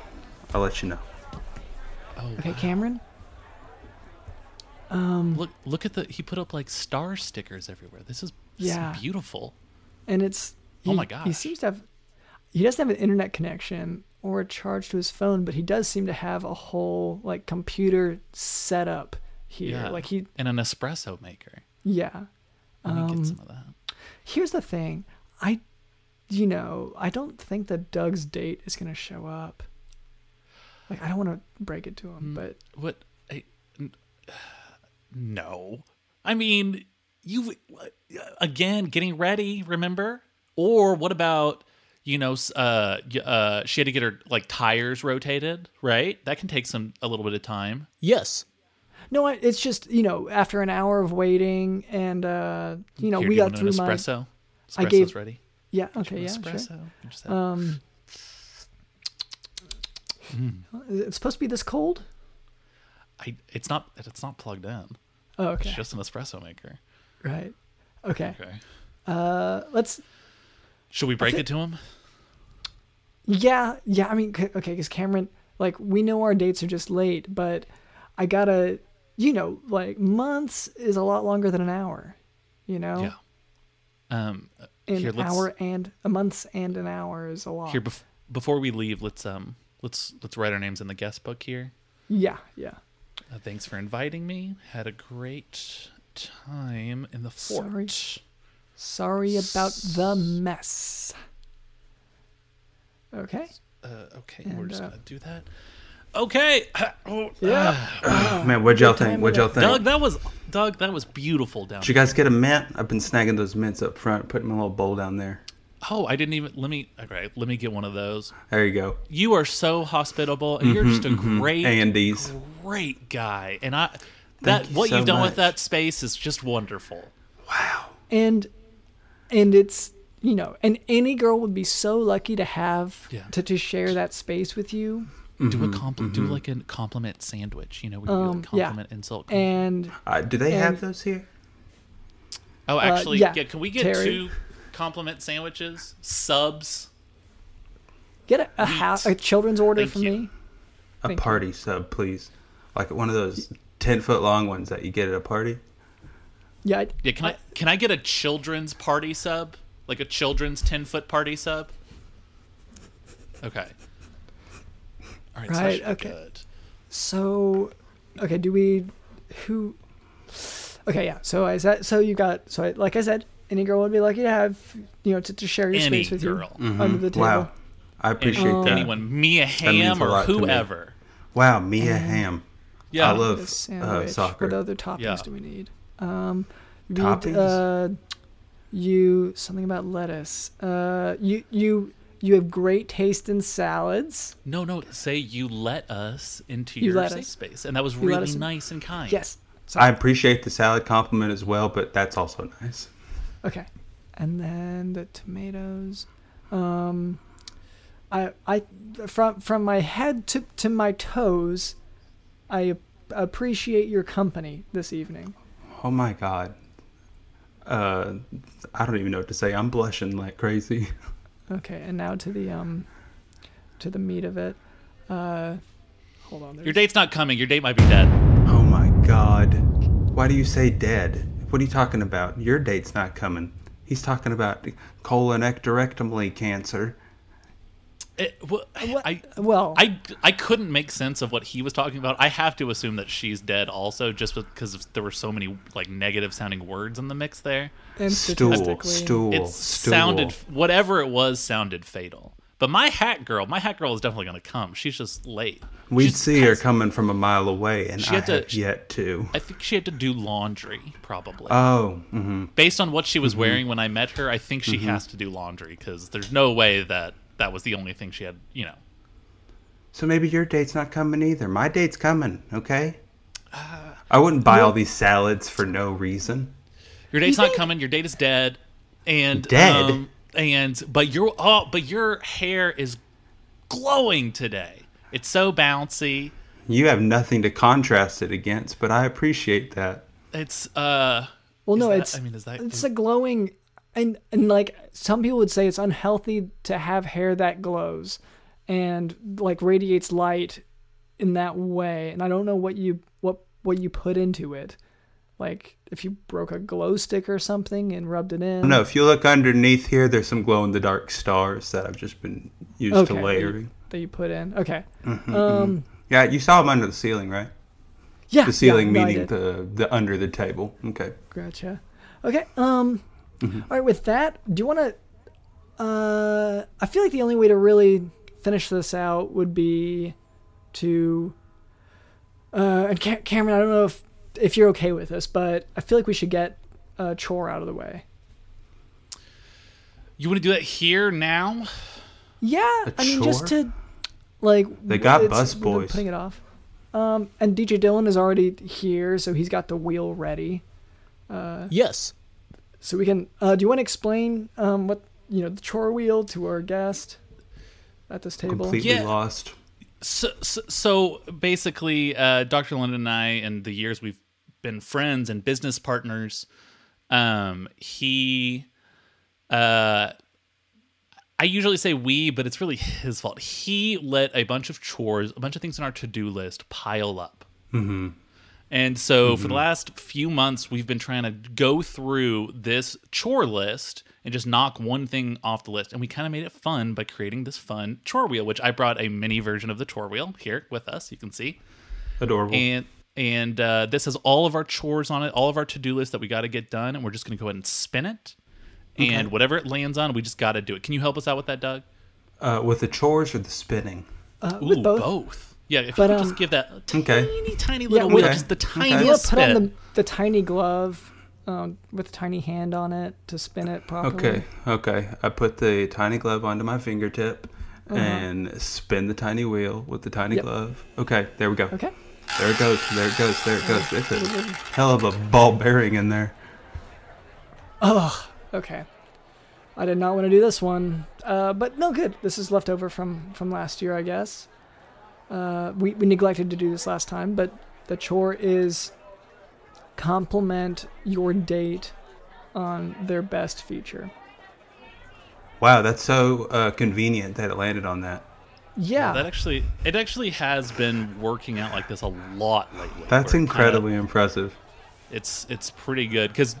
I'll let you know. Oh, okay cameron look look at the. He put up like star stickers everywhere. This is this is Yeah. beautiful. and it's Oh he- my he gosh. seems to have he doesn't have an internet connection or a charge to his phone but he does seem to have a whole like computer setup here Yeah, like he and an espresso maker. yeah Let me Um, get some of that. here's the thing i you know i don't think that doug's date is going to show up like i don't want to break it to Hmm. him but What? I, n- no. I mean, you again getting ready. Remember? Or what about you know? s- Uh, y- uh, she had to get her like tires rotated, right? That can take some a little bit of time. Yes. no I- it's just you know after an hour of waiting and uh you know Here, we do you got want through an my espresso. Espresso's I gave- ready. yeah okay yeah sure. Uh, espresso. You just have- Um, it's supposed to be this cold I, it's not. It's not plugged in. oh It's okay just an espresso maker. right okay Uh, Okay. let's Should we break it to him? yeah yeah i mean c- okay because cameron like we know our dates are just late but i gotta you know like months is a lot longer than an hour you know Yeah. Um. uh, an here, let's. hour and a month and an hour is a lot Here, bef- before we leave, let's um, let's let's write our names in the guest book here. yeah yeah Uh, thanks for inviting me. Had a great time in the Sorry. fort. sorry about the mess okay Uh, okay, we're And, just uh, gonna do that. Okay, Oh, yeah Man, what'd y'all Good time think? with What'd y'all think? Doug, that was Doug, that was beautiful down. Did you guys get a mint? I've been snagging those mints up front, putting my little bowl down there. oh, I didn't even let me. Okay, let me get one of those. There you go. You are so hospitable, and you're Mm-hmm, just a great, Andes. great guy. And I, that you what so you've done much. with that space is just wonderful. and and it's you know and any girl would be so lucky to have Yeah. to, to share that space with you do a Mm-hmm, compl- do like a compliment sandwich. You know, where you Um, like yeah. compliment, insult. Compliment. and Uh, do they And- have those here? oh, actually, Uh, yeah, yeah. Can we get Terry. two compliment sandwiches, subs? Get a, a, house, a children's order Thank from you. me. A Thank you. party sub, please. Like one of those ten foot long ones that you get at a party. Yeah, I- Yeah, can I can I get a children's party sub, like a children's ten foot party sub? Okay. All right. so that Right, should be okay. Good. so okay. Do we who? Okay, yeah. So I said, so you got so I, like I said, any girl would be lucky to have you know to, to share your Any space with girl, you under the table. Mm-hmm. Wow. I appreciate Mm. that. anyone, Mia means Ham a or lot to me. whoever. Wow, Mia Ham. Yeah. I love A uh, sandwich. What soccer. other toppings Yeah. do we need? Um, we Toppings? Need, uh, you something about lettuce. Uh, you you you have great taste in salads. No, no. Say you let us into You your let safe us. space, and that was let really us in. nice and kind. Yes. I appreciate the salad compliment as well, but that's also nice. Okay. And then the tomatoes. Um, I I from from my head to to my toes, I ap- appreciate your company this evening. Oh my god. Uh, I don't even know what to say. I'm blushing like crazy. Okay, and now to the um, to the meat of it. Uh, hold on. Your There's, date's not coming. Your date might be dead. Oh my god. Why do you say dead? What are you talking about? Your date's not coming. He's talking about colon ectorectomy cancer. It, well, Uh, What- I, well, I, I couldn't make sense of what he was talking about. I have to assume that she's dead also, just because there were so many like negative sounding words in the mix there. and Stool, statistically- stool, It stool. sounded whatever it was sounded fatal. But my hat girl, my hat girl is definitely gonna come. She's just late. We'd She's- see her coming from a mile away, and She I had to- have yet to. I think she had to do laundry probably. Oh, mhm. Based on what she was wearing when I met her, I think she has to do laundry because there's no way that that was the only thing she had. You know, so maybe your date's not coming either. My date's coming, okay? Uh, I wouldn't buy all these salads for no reason. your date's not coming. Your date is dead, and Dead? um, and but your oh, but your hair is glowing today. It's so bouncy. You have nothing to contrast it against, but I appreciate that. It's uh. Well, is no, that- it's I mean, is that it's a glowing and and like some people would say it's unhealthy to have hair that glows and like radiates light in that way. And I don't know what you what what you put into it. Like if you broke a glow stick or something and rubbed it in. No, if you look underneath here, there's some glow in the dark stars that I've just been used okay, to that layering. you, that you put in. Okay. um Yeah, you saw them under the ceiling, right? yeah. The ceiling yeah, no, I meaning did. the the under the table. Okay. Gotcha. Okay. Um. Mm-hmm. all right. With that, do you want to? Uh, I feel like the only way to really finish this out would be to. Uh, and Ca- Cameron, I don't know if if you're okay with this, but I feel like we should get uh, chore out of the way. You want to do that here now? Yeah, I A mean, just chore? to like They got it's- bus we've been boys. putting it off. Um, and DJ Dylan is already here, so he's got the wheel ready. Yes. So we can. Uh, do you want to explain um, what you know the chore wheel to our guest at this table? Completely Yeah. lost. So, so, so basically, uh, Dr. London and I, and the years we've been friends and business partners, um, he, uh, I usually say we, but it's really his fault. He let a bunch of chores, a bunch of things on our to do list pile up. And so Mm-hmm. for the last few months, we've been trying to go through this chore list and just knock one thing off the list. And we kind of made it fun by creating this fun chore wheel, which I brought a mini version of the chore wheel here with us. You can see Adorable. and and uh, this has all of our chores on it, all of our to do list that we got to get done, and we're just gonna go ahead and spin it. And whatever it lands on, we just got to do it. Can you help us out with that, Doug? uh, with the chores or the spinning? Uh, with Ooh, both. Yeah, if But, you could just um, give that a tiny, Okay. tiny little we- wheel, Okay. just the Okay. You want tiniest to put on bit. the, the tiny glove um, with the tiny hand on it to spin it properly. Okay, okay. I put the tiny glove onto my fingertip and spin the tiny wheel with the tiny Mm-hmm. Yep. glove. Okay, there we go. Okay. Mm-hmm. There it goes. There it goes. There it goes. It's a hell of a ball bearing in there. Okay. I did not want to do this one, uh, but no good. This is left over from from last year, I guess. Uh, we we neglected to do this last time, but the chore is compliment your date on their best feature. Wow, that's so uh, convenient that it landed on that. Yeah. That actually, it actually has been working out like this a lot lately. That's We're kinda- incredibly impressive. it's it's pretty good because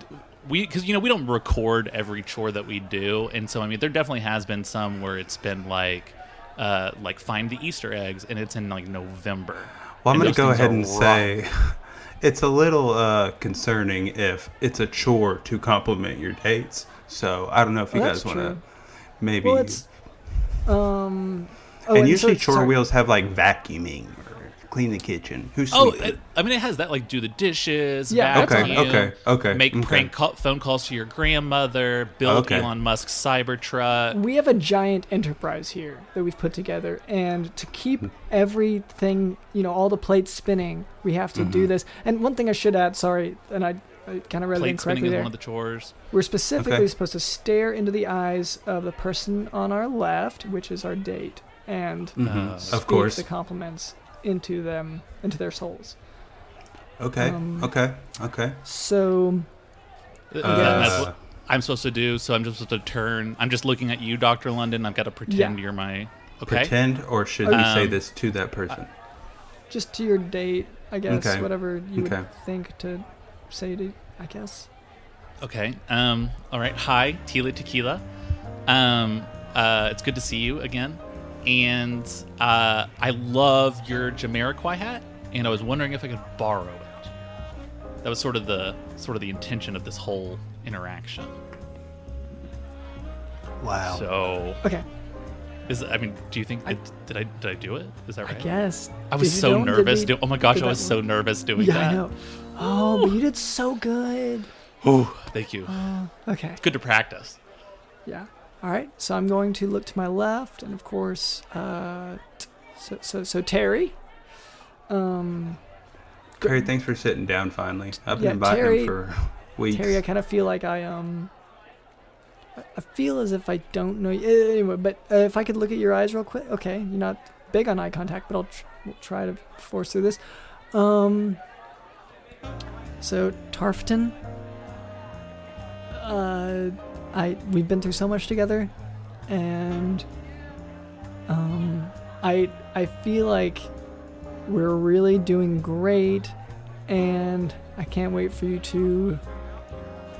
we because you know we don't record every chore that we do, and so I mean there definitely has been some where it's been like uh like find the Easter eggs, and it's in like November. Well, I'm And going those to go things ahead are and rough. say it's a little uh, concerning if it's a chore to compliment your dates. So I don't know if you Well, that's guys want to true. maybe. Well, it's um. oh, so and usually it's- chore sorry. wheels have like vacuuming or clean the kitchen. Who's Oh, sleeping? I, I mean, it has that like do the dishes, Yeah, that's Okay, vacuum, okay, okay, make okay. prank call, phone calls to your grandmother, build Okay. Elon Musk's Cybertruck. we have a giant enterprise here that we've put together and to Hmm. keep everything you know all the plates spinning we have to Mm-hmm. do this and one thing i should add sorry and i, I kind of read it Plate spinning incorrectly is there one of the chores. we're specifically Okay. supposed to stare into the eyes of the person on our left which is our date and Uh, of speak course. the compliments into them into their souls uh, Okay. um, Oh. okay. Okay. so th- Uh, that- that's what I'm supposed to do. So I'm just supposed to turn. I'm just looking at you, Doctor London. I've got to pretend Yeah. you're my. Okay. Pretend, or should we say Um, this to that person? just to your date i guess Okay. whatever you Okay. would think to say to i guess Okay. Um. All right. Hi, Tila Tequila. Um. Uh. It's good to see you again. and uh, I love your Jamiroquai hat, and I was wondering if I could borrow it. That was sort of the sort of the intention of this whole interaction. Wow. So, Okay. is I mean, do you think that, did I did I do it? Is that I right? guess. I was Did you so don't- did nervous. we- do- oh my gosh, did I that was so one? nervous doing Yeah, that. I know. Oh, but you did so good. Uh, Oh, thank you. Okay. Good to practice. Yeah. All right. So I'm going to look to my left, and of course, uh, t- so so so Terry. Um, Terry, thanks for sitting down finally. I've Yeah, been inviting Terry- him for weeks. Terry, I kind of feel like I um, I- I feel as if I don't know you. Eh, Anyway, but uh, if I could look at your eyes real quick. Okay, you're not big on eye contact, but I'll tr- we'll try to force through this. Um. So Tarfton. Uh, I we've been through so much together, and um, I I feel like we're really doing great, and I can't wait for you to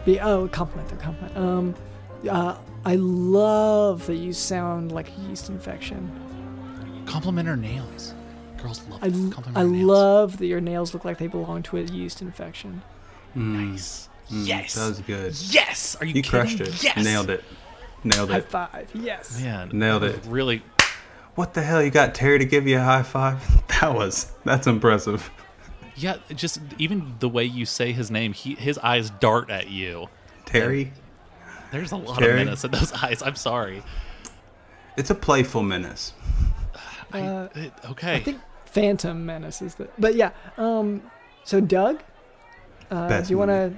be oh compliment their compliment. Um, uh, I love that you sound like a yeast infection. Compliment her nails. Girls love I l- compliment I her nails. love that your nails look like they belong to a yeast infection. Mm, Nice. mm, yes. That was good. yes. Are you, You kidding? crushed it. Yes. Nailed it. Nailed High it. five! Yes. Man, Nailed that it. was Really. What the hell? You got Terry to give you a high five? That was that's impressive. Yeah. Just even the way you say his name, he his eyes dart at you. Terry, There's a lot Terry? of menace in those eyes. I'm sorry. it's a playful menace. I- Uh, it- okay. I think Phantom Menace is the. But yeah, um, so Doug, uh, Best do you want to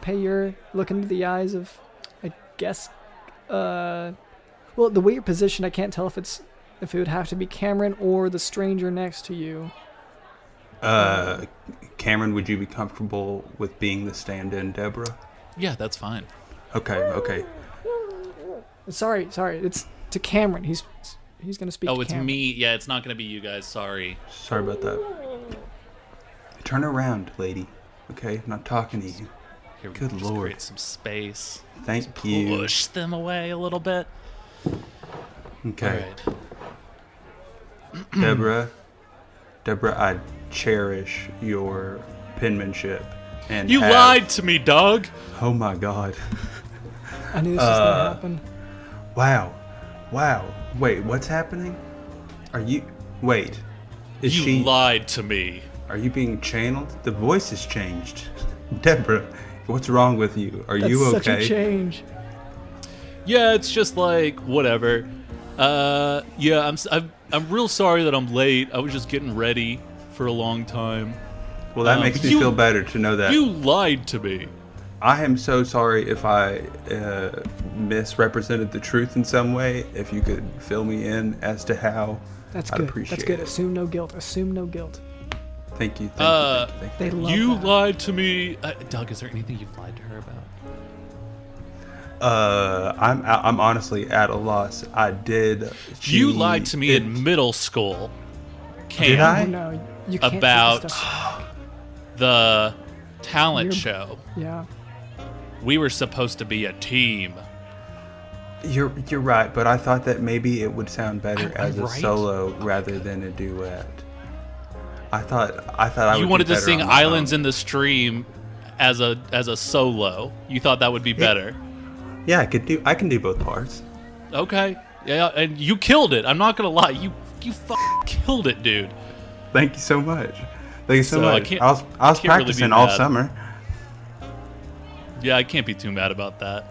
pay your look into the eyes of, I guess, uh, well, the way you're positioned, I can't tell if it's if it would have to be Cameron or the stranger next to you. Uh, Cameron, would you be comfortable with being the stand-in, Deborah? yeah, that's fine. Okay, okay. Sorry, sorry, it's to Cameron. He's he's gonna speak. Oh, to it's Cameron. me. Yeah, it's not gonna be you guys. Sorry. Sorry about that. Turn around, lady. Okay, I'm not talking to you. Here we Good go. Just lord. create some space. Thank you. Push them away a little bit. All Okay, right. Deborah. Deborah, I cherish your penmanship. And You have- lied to me, dog. Oh my god. I knew this was Uh, gonna happen. Wow. Wow. Wait, what's happening? Are you wait. Is You she lied to me. are you being channeled? The voice has changed. Deborah, what's wrong with you? Are That's you okay? such a change. Yeah, it's just like whatever. Uh, yeah, I'm, s- I'm I'm real sorry that I'm late. I was just getting ready for a long time. Well, that Um, makes me you- feel better to know that. You lied to me. I am so sorry if I uh, misrepresented the truth in some way. If you could fill me in as to how, That's I'd good. appreciate That's good. it. Assume no guilt. Assume no guilt. Thank you. Thank Uh, you. Thank you. They love you that. lied to me, uh, Doug. Is there anything you've lied to her about? Uh, I'm I'm honestly at a loss. I did. you she- lied to me it- in middle school. Cam, Did I? Oh, no, you can't take this About- stuff. the talent You're- show. yeah. We were supposed to be a team. You're you're right, but I thought that maybe it would sound better I'm as a right? solo rather than a duet. I thought I thought I would you be wanted to better sing on my "Islands own. in the Stream" as a as a solo. You thought that would be better. Yeah, I could do. I can do both parts. Okay. Yeah, and you killed it. I'm not gonna lie. You you f- killed it, dude. Thank you so much. Thank you so, So I much. can't- I, was I was can't really be practicing all mad. summer. Yeah, I can't be too mad about that.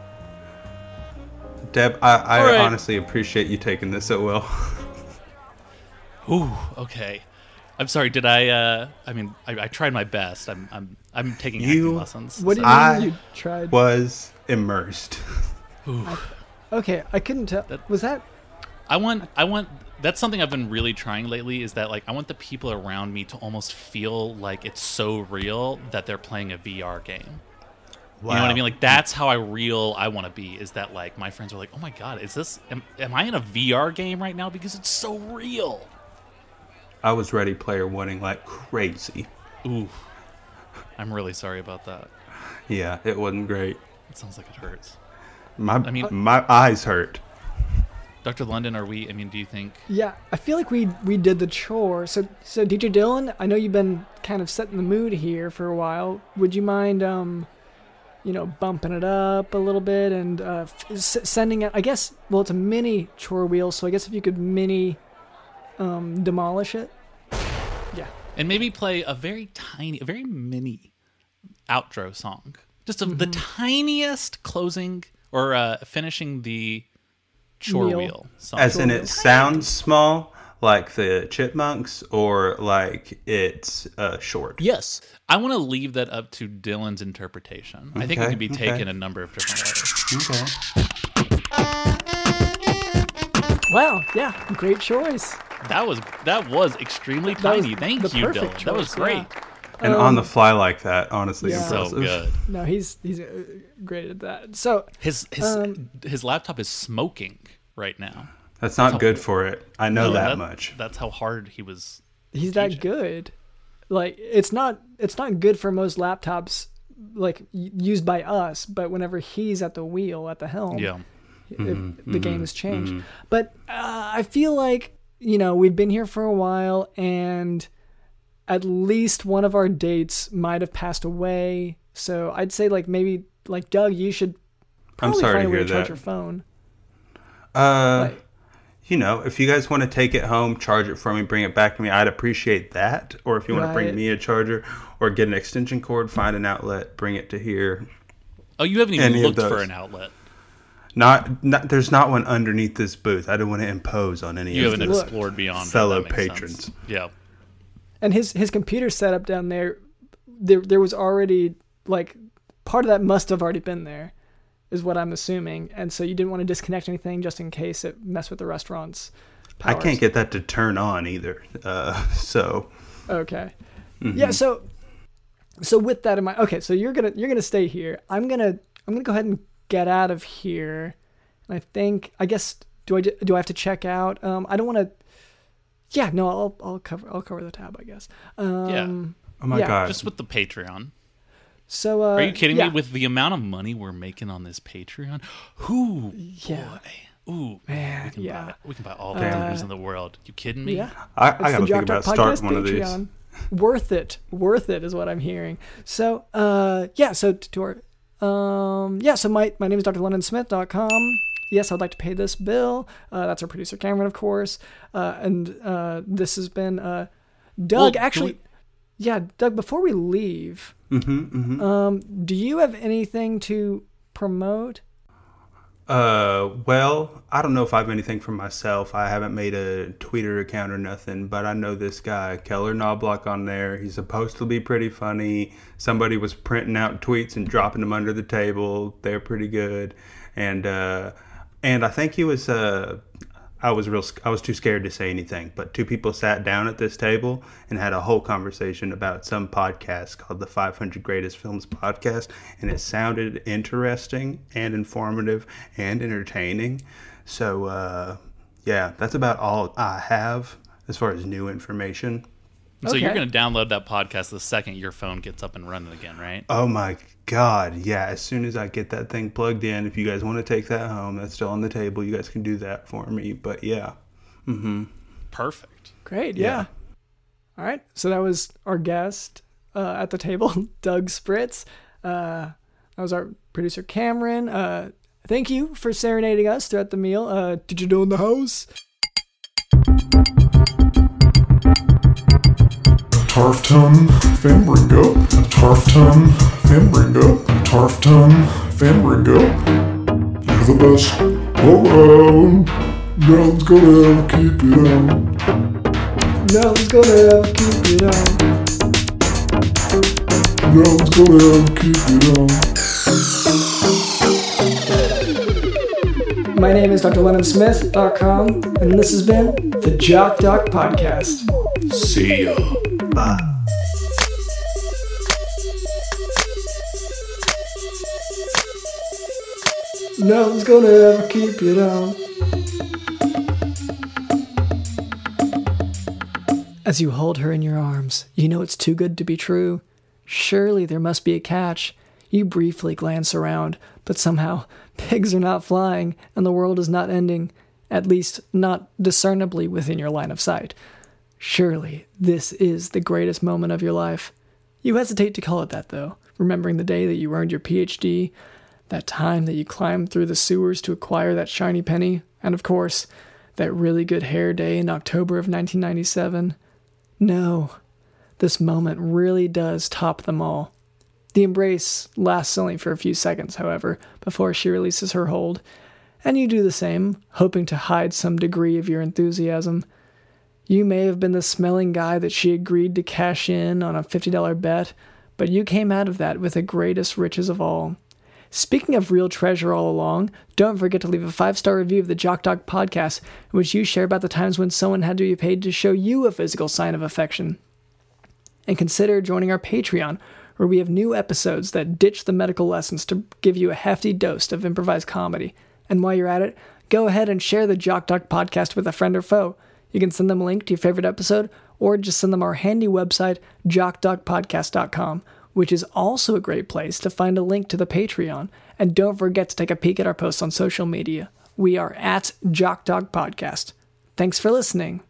Deb, I, I All right. honestly appreciate you taking this so well. Ooh, okay. I'm sorry. Did I? Uh, I mean, I, I tried my best. I'm I'm I'm taking acting You- lessons. What do you mean I you tried? Was immersed. Okay, I couldn't tell. That- was that? I want I want that's something I've been really trying lately is that like I want the people around me to almost feel like it's so real that they're playing a VR game. You know what I mean? Like that's how I real I want to be is that like my friends are like, "Oh my god, is this am, am I in a VR game right now because it's so real?" I was Ready Player Wanting like crazy. Ooh. I'm really sorry about that. Yeah, it wasn't great. Uh, It sounds like it hurts. My mean- my eyes hurt. Dr. London, are we? I mean, do you think? Yeah, I feel like we we did the chore. So so DJ Dylan, I know you've been kind of setting the mood here for a while. Would you mind um you know, bumping it up a little bit and uh, f- s- sending it. I guess, well, it's a mini chore wheel, so I guess if you could mini um, demolish it. Yeah. And maybe play a very tiny, a very mini outro song. Just of the Mm-hmm. tiniest closing or uh, finishing the chore Meal. wheel song. As in, it sounds small, like the chipmunks, or like it's uh, short. Yes. I want to leave that up to Dylan's interpretation. I think it Okay, can be okay. taken a number of different ways. Okay. Wow. Yeah. Great choice. That was that was extremely was tiny. Thank the you, Dylan. perfect that was choice, yeah. great. And on the fly like that, honestly, Um, Yeah. So impressive. good. No, he's he's uh, great at that. So His his Um, his laptop is smoking right now. That's not good for it. I know Yeah, that, much. That's how hard he was. he's that good. Like it's not it's not good for most laptops like y- used by us, but whenever he's at the wheel at the Um, helm, Yeah. if Mm-hmm. the game has changed. But uh, I feel like you know we've been here for a while, and at least one of our dates might have passed away. So I'd say like maybe like Doug, you should I'm probably sorry find to a way hear to charge that. your phone. Uh, Like- you know, if you guys want to take it home, charge it for me, bring it back to me, I'd appreciate that. Or if you want to Right. bring me a charger or get an extension cord, find an outlet, bring it to here. Oh, you haven't even Any of looked for those. an outlet. Not, not there's not one underneath this booth. I don't want to impose on any You of haven't them. look. explored beyond. Fellow that makes sense. patrons. Yeah. And his his computer setup down there, there there was already like part of that must have already been there. Is what I'm assuming, and so you didn't want to disconnect anything just in case it messed with the restaurant's. I Powers. can't get that to turn on either. Uh, so Okay. Mm-hmm. Yeah, so so with that in mind, okay, so you're going to you're going to stay here. I'm going to I'm going to go ahead and get out of here. And I think I guess do I ju- do I have to check out? Um I don't want to Yeah, no, I'll I'll cover I'll cover the tab, I guess. Um Yeah. Oh my Yeah. god. Just with the Patreon. so uh Are you kidding yeah. me? With the amount of money we're making on this Patreon, who? Yeah. Boy. Ooh, man, we can yeah. Uh, buy we can buy all the computers in the world. You kidding me? Yeah. I, It's I gotta the think Jock about Talk starting Podcast one of these. Patreon. Worth it, worth it is what I'm hearing. So, uh, yeah. So t- to our, um, yeah. So my my name is drlondonsmith.com. Yes, I'd like to pay this bill. Uh, that's our producer Cameron, of course. Uh, and uh, this has been uh, Well, Doug. do actually, we- yeah, Doug. Before we leave, Mm-hmm, um, do you have anything to promote? Uh, well, I don't know if I have anything for myself. I haven't made a Twitter account or nothing, but I know this guy, Keller Knobloch, on there. He's supposed to be pretty funny. Somebody was printing out tweets and dropping them under the table. They're pretty good, and uh, and I think he was uh. I was real. sc- I was too scared to say anything, but two people sat down at this table and had a whole conversation about some podcast called the 500 Greatest Films Podcast, and it sounded interesting and informative and entertaining. So, uh, yeah, that's about all I have as far as new information. So you're Okay. gonna download that podcast the second your phone gets up and running again, right? Oh my god, yeah! As soon as I get that thing plugged in, if you guys want to take that home, that's still on the table. You guys can do that for me. But yeah, Perfect. Great. Yeah. All right. So that was our guest uh, at the table, Doug Spritz. Uh, that was our producer, Cameron. Uh, thank you for serenading us throughout the meal. Uh, did you know in the house? Tarf tum, fan ring up. Tarf tum, fan ring up. Tarf tum, fan ring up. You're the best around. Now let's go down, keep it on. No, let's go to keep it on. Now let's go down, keep it on. My name is drlennonsmith.com, and this has been the Jock Doc Podcast. See ya. bye. No one's gonna ever keep you down. As you hold her in your arms, you know it's too good to be true. Surely there must be a catch. You briefly glance around, but somehow pigs are not flying and the world is not ending. at least not discernibly within your line of sight. Surely this is the greatest moment of your life. You hesitate to call it that, though, remembering the day that you earned your PhD, that time that you climbed through the sewers to acquire that shiny penny, and of course, that really good hair day in October of 1997. No, this moment really does top them all. The embrace lasts only for a few seconds, however, before she releases her hold, and you do the same, hoping to hide some degree of your enthusiasm. You may have been the smelling guy that she agreed to cash in on a $50 bet, but you came out of that with the greatest riches of all. Speaking of real treasure all along, don't forget to leave a five star review of the Jock Dog podcast, in which you share about the times when someone had to be paid to show you a physical sign of affection. And consider joining our Patreon, where we have new episodes that ditch the medical lessons to give you a hefty dose of improvised comedy. And while you're at it, go ahead and share the Jock Doc podcast with a friend or foe. You can send them a link to your favorite episode or just send them our handy website, jockdocpodcast.com, which is also a great place to find a link to the Patreon. And don't forget to take a peek at our posts on social media. We are at Jock Dog Podcast. Thanks for listening.